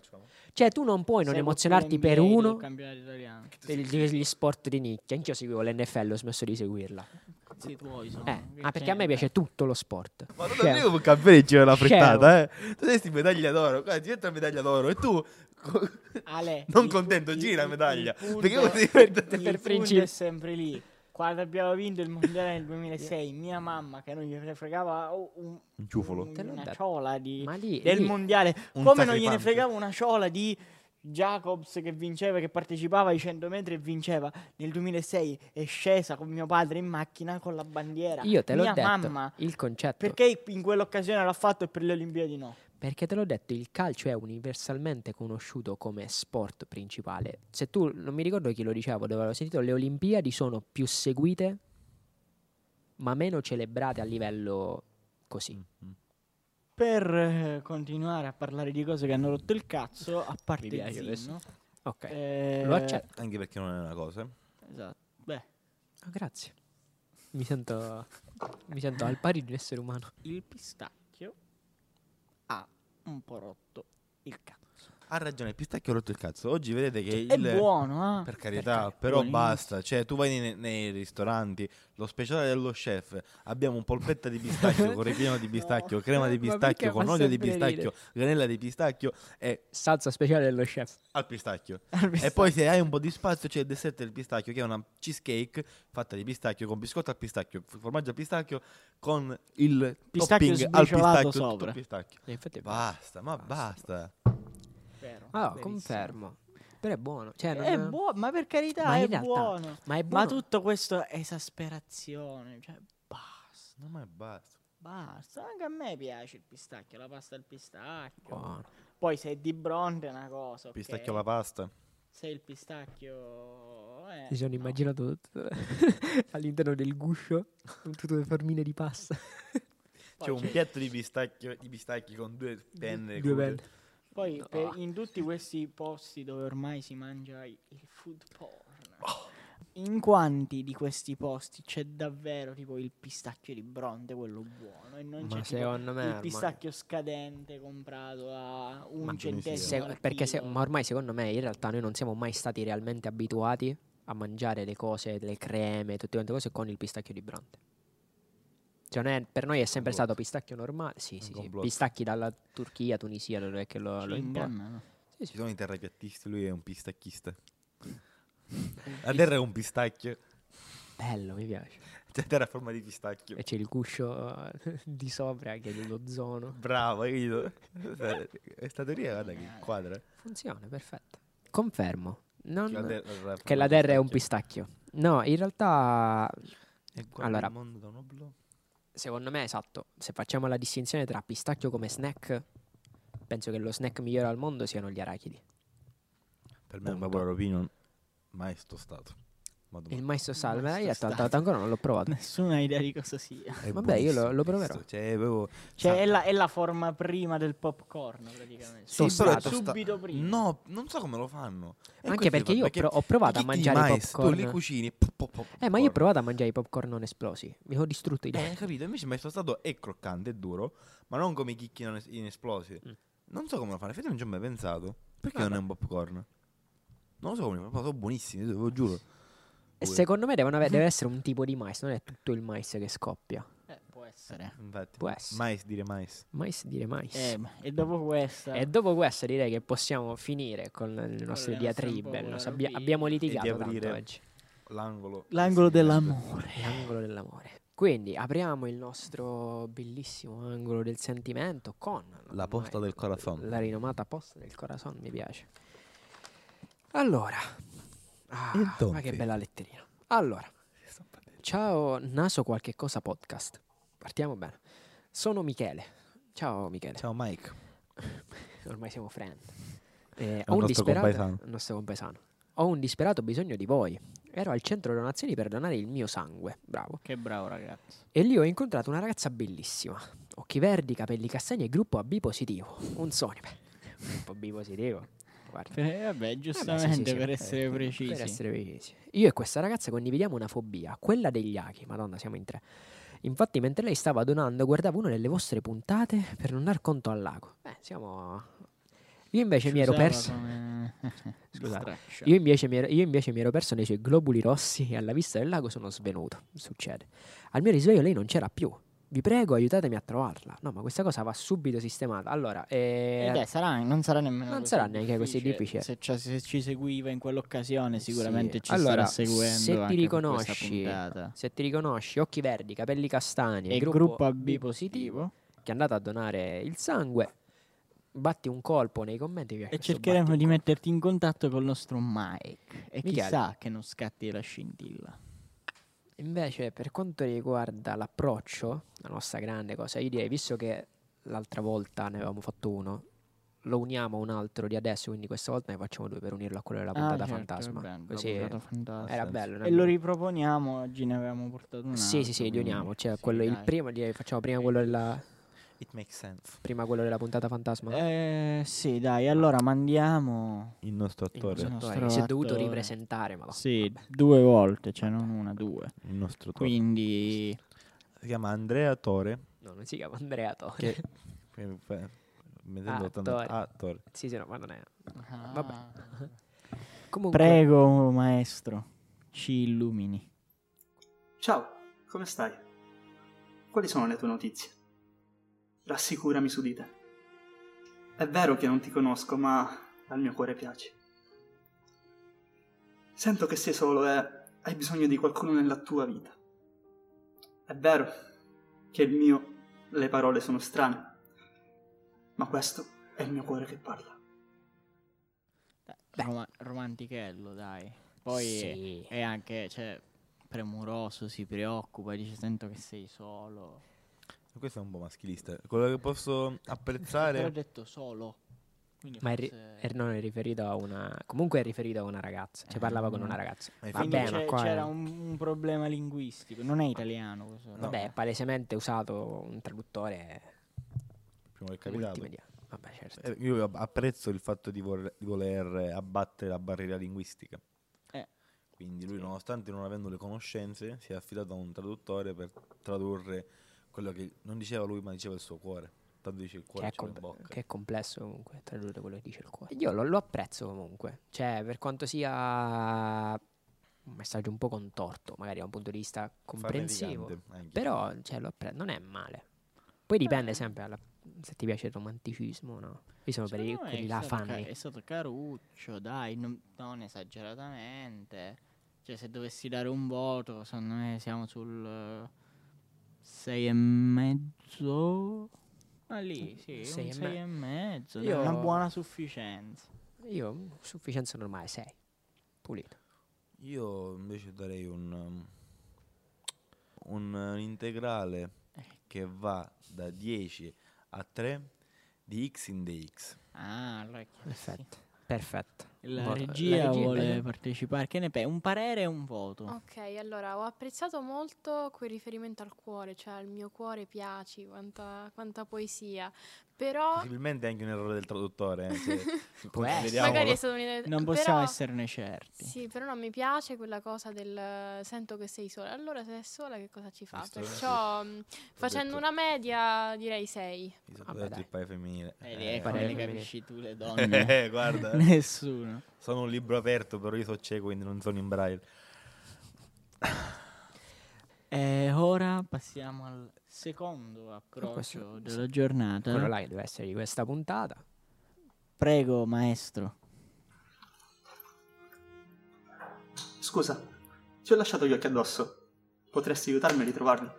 B: Cioè, tu non puoi non emozionarti per uno
A: cambiato italiano.
B: degli, degli sport di nicchia. Anch'io seguivo l'NFL, ho smesso di seguirla.
A: cazzi tuoi sono.
B: Eh,
A: che
B: ah, perché a
A: c'entra?
B: me piace tutto lo sport. Cioè,
C: Ma non
B: Scemo.
C: arrivo con capire c'è la
B: Scemo.
C: frittata, eh. Tu sei medaglia d'oro, qua diventa medaglia d'oro e tu co-
A: Ale,
C: non
A: il-
C: contento
A: il-
C: gira
A: il-
C: medaglia.
A: il punto-
C: Perché così
A: il
C: diventa-
B: per
A: punto
B: principio.
A: è sempre lì. Quando abbiamo vinto il mondiale nel 2006, mia mamma che non gli fregava oh, un,
C: Un ciufolo.
A: un-
B: Te l'ho
A: una
B: detto.
A: ciola di,
B: Ma lì,
A: del
B: lì-
A: mondiale,
C: Un
A: come non gliene
C: sacripante.
A: fregava una ciola di Jacobs che vinceva, che partecipava ai 100 metri e vinceva. Nel 2006 è scesa con mio padre in macchina con la bandiera.
B: io te l'ho
A: mia
B: detto
A: mamma,
B: il concetto. Perché?
A: perché in quell'occasione l'ha fatto e per le Olimpiadi no?
B: te l'ho detto, il calcio è universalmente conosciuto come sport principale. Se tu non mi ricordo chi lo diceva, dove l'ho sentito, le Olimpiadi sono più seguite ma meno celebrate a livello
C: Mm.
B: così.
A: Per eh, continuare a parlare di cose che hanno rotto il cazzo, a parte
B: piace
A: Zinno,
B: adesso. Ok.
A: eh,
B: Lo accetto.
C: Anche perché non è una cosa. eh.
A: Esatto. Beh,
B: Ah, grazie. Mi sento, mi sento al pari di un essere umano.
A: il pistacchio ha un po' rotto il cazzo.
C: Ha ragione, il pistacchio ha rotto il cazzo. Oggi vedete che
B: Cioè,
C: il...
A: È buono, eh?
C: Per carità,
A: carità,
C: però
A: buonissimo.
C: basta. Cioè, tu vai nei, nei ristoranti, lo speciale dello chef, abbiamo un polpetta di pistacchio con ripieno di pistacchio,
B: No,
C: crema di
B: ma perché
C: pistacchio, con
B: fa
C: olio di
B: sempre
C: pistacchio, granella di pistacchio e
B: Salsa speciale dello chef.
C: al pistacchio.
A: Al
C: E
A: pistacchio.
C: poi se hai un po' di spazio c'è il dessert del pistacchio, che è una cheesecake fatta di pistacchio, con biscotto al pistacchio, f- formaggio al pistacchio, con il
A: Pistacchio
C: topping al
A: sbriciolato
C: pistacchio. tutto
A: sopra.
C: al pistacchio.
B: E Eh, infatti è buono.
C: Basta, ma
B: Basta.
C: basta.
A: Vero,
B: Ah,
A: verissimo.
B: confermo. Però è buono. Cioè, non-
A: È buono, ma per carità,
B: Ma in
A: è
B: realtà-
A: buono.
B: Ma è buono.
A: Ma tutto questo è esasperazione, cioè basta,
C: No, ma è basta.
A: basta. Anche a me piace il pistacchio, la pasta al pistacchio.
B: Buono.
A: Poi se è di bronte è una cosa, ok.
C: Pistacchio alla pasta.
A: Se il pistacchio eh,
B: Mi sono
A: no.
B: immaginato tutto- all'interno del guscio con tutte le formine di pasta.
A: Poi
C: C'è un piatto di pistacchio, di pistacchi con due penne.
B: Due
C: con-
B: penne.
A: Poi
B: No.
A: per- in tutti questi posti dove ormai si mangia i- il food porn, in quanti di questi posti c'è davvero tipo il pistacchio di bronte, quello buono, e non
B: Ma
A: c'è tipo
B: secondo me.
A: il
B: ormai-
A: pistacchio scadente comprato a
C: Ma
A: un
C: Tunisia.
A: centesimo?
B: se-
A: al
B: perché se-
A: chilo?
B: ma ormai secondo me in realtà noi non siamo mai stati realmente abituati a mangiare le cose, le creme, tutte quante cose con il pistacchio di Brante. Cioè, non è- per noi è sempre stato pistacchio normale. Sì,
C: Un
B: sì, sì.
C: complotto.
B: Pistacchi dalla Turchia, Tunisia, dove è che lo,
A: Ci
B: lo impor-
A: ingannano.
B: Sì,
C: Ci
B: sì.
C: sono i terrapiattisti, lui è un pistacchista. La terra è un pistacchio.
B: Bello, mi piace.
C: C'è terra a forma di pistacchio.
B: E c'è il guscio eh, di sopra che è dell'ozono.
C: Bravo, hai capito? Cioè, Questa teoria guarda che quadra.
B: Funziona, perfetto. Confermo. Non-
C: la terra- la
B: che
C: forma
B: la
C: di
B: terra è un pistacchio. No, in realtà
C: E guarda
B: Allora.
C: il mondo da un oblò.
B: Secondo me, esatto. Se facciamo la distinzione tra pistacchio come snack, penso che lo snack migliore al mondo siano gli arachidi.
C: Per me è un
B: Punto.
C: popolo opinion mai sto stato. Madonna.
B: Il maestro salve,
A: Maestro
B: io in realtà
A: Stallo.
B: ancora non l'ho provato.
A: Nessuna idea di cosa sia.
C: È
B: Vabbè, io lo-
C: buonissimo
B: lo proverò.
C: questo, Cioè, proprio-
A: Cioè,
C: sa-
A: è la, è la forma prima del popcorn, praticamente.
B: Sì,
C: però è
B: tostato.
C: tosta-
A: Subito prima.
C: No, non so come lo fanno. E
B: Anche
C: questo è
B: perché
C: il
B: io ho
C: fatto,
B: pro- ho provato a
C: tutti i
B: mangiare i
C: mais, Tu li
B: popcorn.
C: cucini. pop, pop, pop,
B: Eh, ma io ho
C: popcorn.
B: provato a mangiare i popcorn non esplosi. Mi ho distrutto i
C: Eh,
B: denti.
C: capito? Invece il maestro stato è croccante, è duro, ma non come i chicchi non es- inesplosi.
B: Mm.
C: Non so come lo fanno, effettivamente non ci ho mai pensato. Perché non è un popcorn? Non lo so come lo fanno, però sono buonissimi, te lo giuro.
B: E
C: Pure.
B: secondo me devono ave- deve essere un tipo di mais, non è tutto il mais che scoppia.
A: Eh, può essere.
C: Infatti,
B: Può essere.
C: mais dire mais.
B: Mais dire mais.
A: Eh, ma- e dopo questa...
B: E dopo questo direi che possiamo finire con le nostre
A: nostre un po'
B: diatribe. il nostro abbia-
A: rapine.
B: abbiamo litigato
C: aprire-
B: tanto oggi.
C: L'angolo.
A: L'angolo
C: dell'amore
A: dell'amore.
B: L'angolo dell'amore. Quindi apriamo il nostro bellissimo angolo del sentimento con
C: La posta del corazon.
B: La rinomata posta del corazon, mi piace. Allora, Ah,
C: E
B: ma
C: Dante?
B: che bella letterina. Allora, ciao Naso qualche cosa podcast. Partiamo bene. Sono Michele. Ciao Michele.
C: Ciao Mike.
B: Ormai siamo friend. Eh,
C: un nostro compaesano.
B: un nostro compaesano. Ho un disperato bisogno di voi. Ero al centro donazioni per donare il mio sangue. Bravo.
A: Che bravo ragazzo.
B: E lì ho incontrato una ragazza bellissima. Occhi verdi, capelli castani e gruppo AB positivo. Un sogno. Beh, gruppo AB positivo. Guarda.
A: Eh, vabbè,
B: Eh beh, sì, sì,
A: giustamente
B: sì,
A: per
B: eh,
A: essere
B: sì,
A: precisi.
B: Per essere precisi. Io e questa ragazza condividiamo una fobia, quella degli aghi. Madonna, siamo in tre. Infatti, mentre lei stava donando, guardavo una delle vostre puntate per non dar conto al lago. Beh, siamo. Io invece mi ero
A: Ci usava
B: perso.
A: come-
B: Scusate.
A: straccia.
B: Io invece, mi ero, io invece mi ero perso nei suoi globuli rossi e alla vista del lago sono svenuto. Succede. Al mio risveglio lei non c'era più. Vi prego, aiutatemi a trovarla. No, ma questa cosa va subito sistemata. Allora, eh,
A: Eh, dai, sarà- non sarà nemmeno
B: non
A: così
B: sarà neanche così difficile.
A: Se, ci- se ci seguiva in quell'occasione,
B: Sì.
A: sicuramente ci
B: Allora,
A: starà seguendo.
B: se ti
A: anche per questa
B: riconosci,
A: puntata.
B: se ti riconosci, occhi verdi, capelli castani,
A: E gruppo AB positivo.
B: che è andato a donare il sangue, batti un colpo nei commenti. via,
A: E
B: questo
A: cercheremo
B: batti
A: di
B: un colpo.
A: metterti in contatto con il nostro Mike. E
B: Michele.
A: chissà che non scatti la scintilla.
B: Invece, per quanto riguarda l'approccio, la nostra grande cosa, io direi, visto che l'altra volta ne avevamo fatto uno, lo uniamo a un altro di adesso, quindi questa volta ne facciamo due per unirlo a quello della puntata
A: Ah, certo,
B: fantasma.
A: vabbè, la
B: Così
A: puntata fantasma.
B: era
C: senso.
B: bello. ne
A: E lo
B: abbiamo-
A: riproponiamo, oggi ne avevamo portato un
B: Sì, sì, sì, li
A: altro,
B: uniamo.
A: quindi-
B: Cioè,
A: sì,
B: quello, il
A: dai.
B: primo, direi, facciamo prima quello della,
C: It makes sense.
B: prima quello della puntata fantasma.
A: Eh, sì, dai, allora mandiamo...
C: Il nostro
B: Il
C: attore,
A: nostro
B: nostro attore
A: attore.
B: si è dovuto ripresentare, ma va.
A: Sì, due volte, cioè non una, due.
C: il nostro attore.
A: Quindi
C: Si chiama Andrea Tore.
B: No, non si chiama Andrea Torre.
C: Che mettendo
B: Ah,
C: 80
B: Tore.
C: ah, Tore.
B: Sì, sì, no, ma non è.
A: Vabbè.
B: Comunque,
A: Prego, maestro, ci illumini.
E: Ciao, come stai? Quali sono le tue notizie? Rassicurami su di te. È vero che non ti conosco, ma al mio cuore piaci. Sento che sei solo e hai bisogno di qualcuno nella tua vita. È vero che il mio le parole sono strane, ma questo è il mio cuore che parla.
A: Roma- romantichello, dai. Poi
B: Sì.
A: è anche, cioè, premuroso, si preoccupa, dice sento che sei solo.
C: Questo è un po' maschilista. Quello che posso
A: Però ho
C: apprezzare
A: detto solo. Quindi
B: Ma è ri-
A: forse-
B: er- non è riferito a una. Comunque è riferito a una ragazza. Cioè,
A: Eh,
B: parlava con
A: no.
B: una ragazza.
C: Eh,
B: Vabbè,
A: Quindi
C: bene,
B: ma
A: c'è-
B: qua. è-
A: c'era un, un problema linguistico, non è italiano questo.
B: Vabbè, è palesemente usato un traduttore.
C: prima che è capitato.
B: multimedia- Vabbè, certo.
C: Eh, Io app- apprezzo il fatto di, vor- di voler abbattere la barriera linguistica.
A: Eh.
C: Quindi lui, nonostante non avendo le conoscenze, si è affidato a un traduttore per tradurre quello che non diceva lui, ma diceva il suo cuore. Tanto dice il
B: Che
C: cuore
B: è,
C: c'è in
B: Cioè, com-
C: bocca.
B: che è complesso comunque tradurre quello che dice il cuore. Io lo, lo apprezzo comunque. Cioè, per quanto sia un messaggio un po' contorto, magari da un punto di vista comprensivo.
C: Farneticante, anche.
B: Però cioè, lo appre- non è male. Poi
A: Eh.
B: dipende sempre alla- se ti piace il romanticismo o no. Io sono per i-
A: Secondo me
B: quelli
A: è
B: là
A: stato ca- eh.
B: fan.
A: È stato caruccio, dai, non, non esageratamente. Cioè, se dovessi dare un voto, secondo me siamo sul 6 e mezzo. Ma lì, sì,
B: Sei
A: un
B: e
A: 6
B: me-
A: e mezzo. dai,
B: Io-
A: Una buona sufficienza.
B: Io, mm, sufficienza normale, 6. Pulito.
C: Io invece darei un, um, un, eh, integrale che va da 10 a 3 di x in dx.
A: Ah, allora è chiaro, sì.
B: Perfetto. Perfetto.
A: La,
B: Voto-
A: regia vuole
B: bella.
A: partecipare. Che ne pensi? Un parere e un voto.
D: Ok, allora ho apprezzato molto quel riferimento al cuore, cioè al mio cuore piaci, quanta, quanta poesia. Però
C: Probabilmente è anche un errore del traduttore. eh, cioè,
B: Può essere.
C: consideriamolo.
D: magari è stato un
B: eh,
A: Non possiamo
D: però-
A: esserne certi.
D: Sì, però non mi piace quella cosa del eh, sento che sei sola. Allora se è sola che cosa ci fa?
C: Visto?
D: Perciò mh, facendo
C: detto.
D: una media direi 6.
C: Mi sono
B: Ah, Vabbè,
C: detto
B: dai.
C: il pare femminile.
A: Eh, lì, ecco,
B: parere
A: le
B: femminile.
A: capisci tu le donne.
C: Eh, guarda, eh.
A: Nessuno.
C: sono un libro aperto, però io sono cieco, quindi non sono in braille.
A: E Eh, ora passiamo al secondo approccio
B: questo-
A: della
C: Eh.
A: giornata.
B: Quello là che deve essere di questa puntata.
A: Prego, maestro.
E: Scusa, ti ho lasciato gli occhi addosso. Potresti aiutarmi a ritrovarli?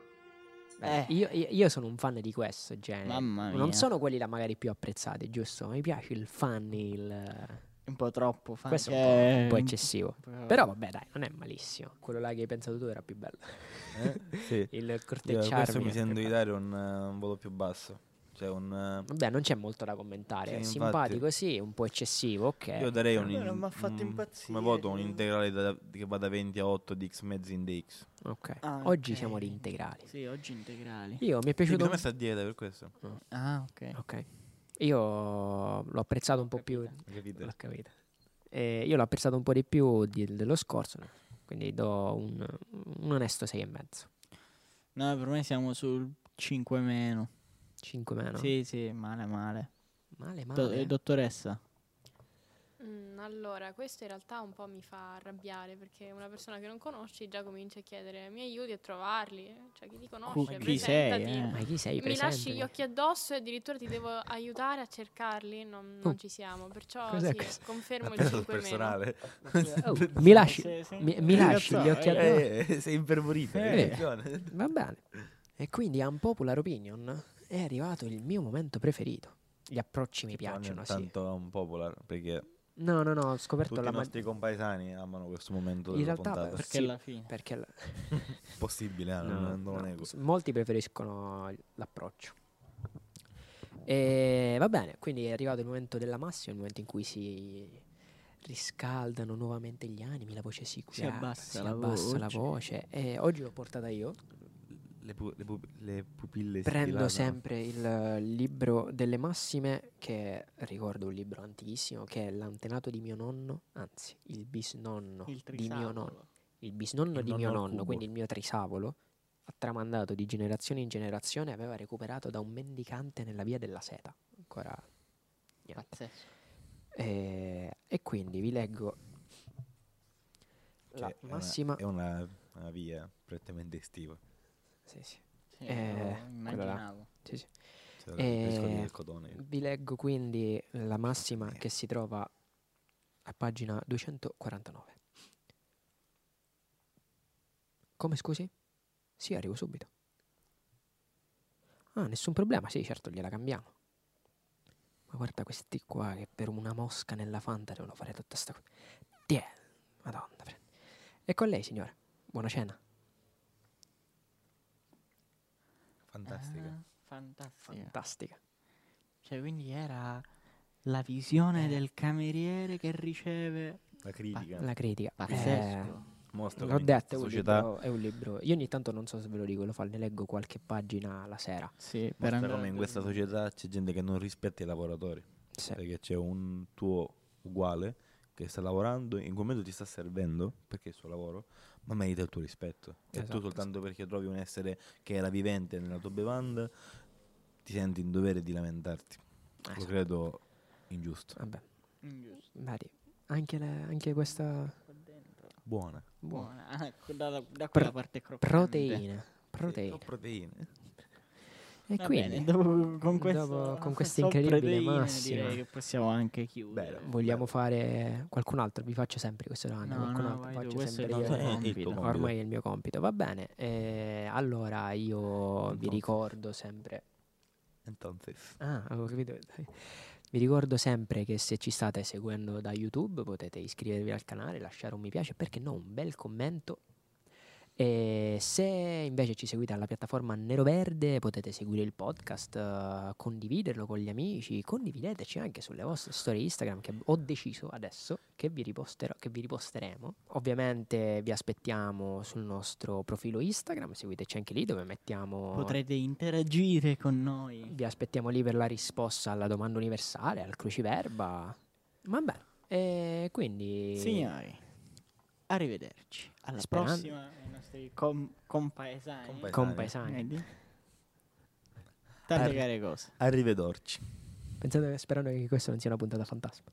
B: Beh,
A: Eh.
B: Io, io- io sono un fan di questo genere.
A: Mamma mia.
B: Non sono quelli là magari più apprezzati, giusto? Mi piace il fan, il...
A: Un po' troppo fan.
B: Questo è un po'-
A: cioè,
B: un po' eccessivo.
A: po'-
B: Però vabbè, dai, non è malissimo. Quello là che hai pensato tu era più bello.
C: Eh? Sì.
B: Il
C: Io,
B: corteggiarmi.
C: questo
B: era
C: mi
B: più
C: sento di
B: bello.
C: dare un, eh, un voto più basso. Cioè un, eh,
B: Vabbè, non c'è molto da commentare.
C: Sì,
B: è
C: infatti.
B: simpatico, sì, un po' eccessivo, ok.
C: Io darei un,
B: Eh,
A: Allora,
C: in-
A: m'ha fatto
C: un-
A: impazzire,
C: come voto un
A: cioè.
C: integrale da- che va da 20 a 8 di x mezzi in dx.
B: Ok.
A: Ah,
B: Oggi
A: ok.
B: siamo gli integrali.
A: Sì, oggi integrali.
B: Io mi è
C: Sì,
B: piaciuto.
C: come sta a dieta per questo?
A: Ah, ok.
B: Ok. Io l'ho apprezzato un po' più.
C: Hai capito?
B: L'ho capito. Eh, io l'ho apprezzato un po' di più di- dello scorso. no? Quindi do un, un onesto 6 e mezzo.
A: No, per me siamo sul 5 meno.
B: 5 meno.
A: Sì, sì, male, male.
B: Male,
A: Do- eh,
B: male. eh.
A: dottoressa,
D: Mm, allora, questo in realtà un po' mi fa arrabbiare perché una persona che non conosci già comincia a chiedere mi aiuti a trovarli, cioè chi ti conosce,
A: chi sei,
D: presentati.
A: eh?
B: Ma chi sei?
D: Mi lasci
B: Presentati.
D: gli occhi addosso e addirittura ti devo aiutare a cercarli, non, non ci siamo, perciò
B: Uh. Cos'è
D: sì,
B: questo?
D: confermo il
C: Appena sul
D: 5 meno.
C: personale.
B: Oh, mi lasci,
A: Sei- sei
B: mi,
A: un
B: mi lasci gli
A: ragazzo,
B: occhi
A: eh.
B: addosso.
C: Eh, sei impervorita.
A: Eh.
C: attenzione.
B: Va bene. E quindi a un popular opinion è arrivato il mio momento preferito. Gli approcci mi piacciono,
C: Ogni
B: sì.
C: tanto è un popolare perché
B: No, no, no, ho scoperto
C: tutti
B: la
C: i
B: ma-
C: nostri compaesani amano questo momento
B: In
C: della
B: realtà,
C: puntata.
A: perché
B: Sì.
A: alla fine
B: perché la-
C: Possibile, eh, non,
B: no,
C: non lo
B: no,
C: nego.
B: s- molti preferiscono il- l'approccio. E va bene, quindi è arrivato il momento della massima, il momento in cui si riscaldano nuovamente gli animi, la voce si, chiara,
A: abbassa
B: si
A: la
B: abbassa la voce. E oggi l'ho portata io.
C: Le, pu- le pu- le pupille si
B: Prendo
C: dilatano.
B: sempre il eh, libro delle massime, che ricordo un libro antichissimo, che è l'antenato di mio nonno, anzi, il bisnonno
A: il
B: di mio nonno.
A: trisavolo.
B: Il bisnonno
C: Il
B: di mio
C: nonno al
B: nonno,
C: cubo.
B: quindi il mio trisavolo, ha tramandato di generazione in generazione e aveva recuperato da un mendicante nella via della seta. Ancora niente.
A: Pazzesco.
B: Eh, E quindi vi leggo
C: Cioè, eh,
B: la
C: è una-
B: massima...
C: È una, una via prettamente estiva.
B: Sì, sì,
A: Sì,
B: Eh,
A: lo
B: quella là.
A: immaginavo.
B: sì, sì.
C: Cioè,
B: Eh,
C: il pescolo del codone.
B: Vi leggo quindi la massima che si trova a pagina 249. Come scusi? Sì, arrivo subito. Ah, nessun problema, sì, certo, gliela cambiamo. Ma guarda questi qua che per una mosca nella fanta devono fare tutta sta cosa. Tiè, madonna. prendi. E con lei, signora. Buona cena.
C: Fantastica.
A: Ah, fantastica.
B: Fantastica.
A: Cioè, quindi era la visione
B: Eh.
A: del cameriere che riceve
C: La critica.
B: La critica. Eh,
A: pazzesco.
C: Mostra
B: L'ho
C: come in
B: detto, è
C: questa
B: un,
C: società
B: libro, è un libro. Io ogni tanto non so se ve lo dico, lo fa, ne leggo qualche pagina la sera.
A: Sì, per
C: Mostra
A: andare
C: come in
A: a
C: questa
A: dormire.
C: società c'è gente che non rispetta i lavoratori. Perché c'è un tuo uguale che sta lavorando, in quel momento ti sta servendo perché è il suo lavoro, ma merita il tuo rispetto. e
B: Esatto,
C: tu soltanto perché trovi un essere che era vivente nella tua bevanda, ti senti in dovere di lamentarti. Lo
B: Esatto.
C: credo ingiusto.
B: Vabbè,
A: Ingiusto.
B: vedi, anche, le- anche questa
A: Qua dentro.
C: Buona.
A: Buona. Ah, que- da, da- da
B: Pro-
A: quella parte croccante.
B: proteina.
C: Sì,
B: Proteina.
C: ho proteine.
B: E
A: Va
B: quindi
A: bene, dopo- con
B: dopo-
A: questo,
B: con questa
A: so
B: incredibile
A: proteine,
B: massima.
A: direi che possiamo anche chiudere.
C: Bene.
B: vogliamo fare qualcun altro, vi faccio sempre questa domanda.
A: No,
B: qualcun
A: no,
B: altro,
A: vai tu,
B: faccio
A: questo è il
B: sempre
A: nostro
B: io.
C: Eh, il
A: compito.
C: tuo compito.
B: Ormai è il mio compito, va bene. eh, allora io vi
C: Compito.
B: ricordo sempre
C: Entonces,
B: Ah, avevo capito. Vi ricordo sempre che se ci state seguendo da YouTube potete iscrivervi al canale, lasciare un mi piace, perché no, un bel commento. E se invece ci seguite alla piattaforma Nero Verde potete seguire il podcast, eh, condividerlo con gli amici, condivideteci anche sulle vostre storie Instagram che ho deciso adesso che vi, riposterò, che vi riposteremo. Ovviamente vi aspettiamo sul nostro profilo Instagram, seguiteci anche lì dove mettiamo...
A: Potrete interagire con noi.
B: Vi aspettiamo lì per la risposta alla domanda universale, al cruciverba. Vabbè, e quindi...
A: Signori, arrivederci. Alla
B: Sperando-
A: prossima ai nostri com- compaesani.
C: Compaesani.
B: compaesani.
A: Vedi? Tante
B: Arri-
A: care cose.
C: arrivederci.
B: Pensate, sperando che questa non sia una puntata fantasma.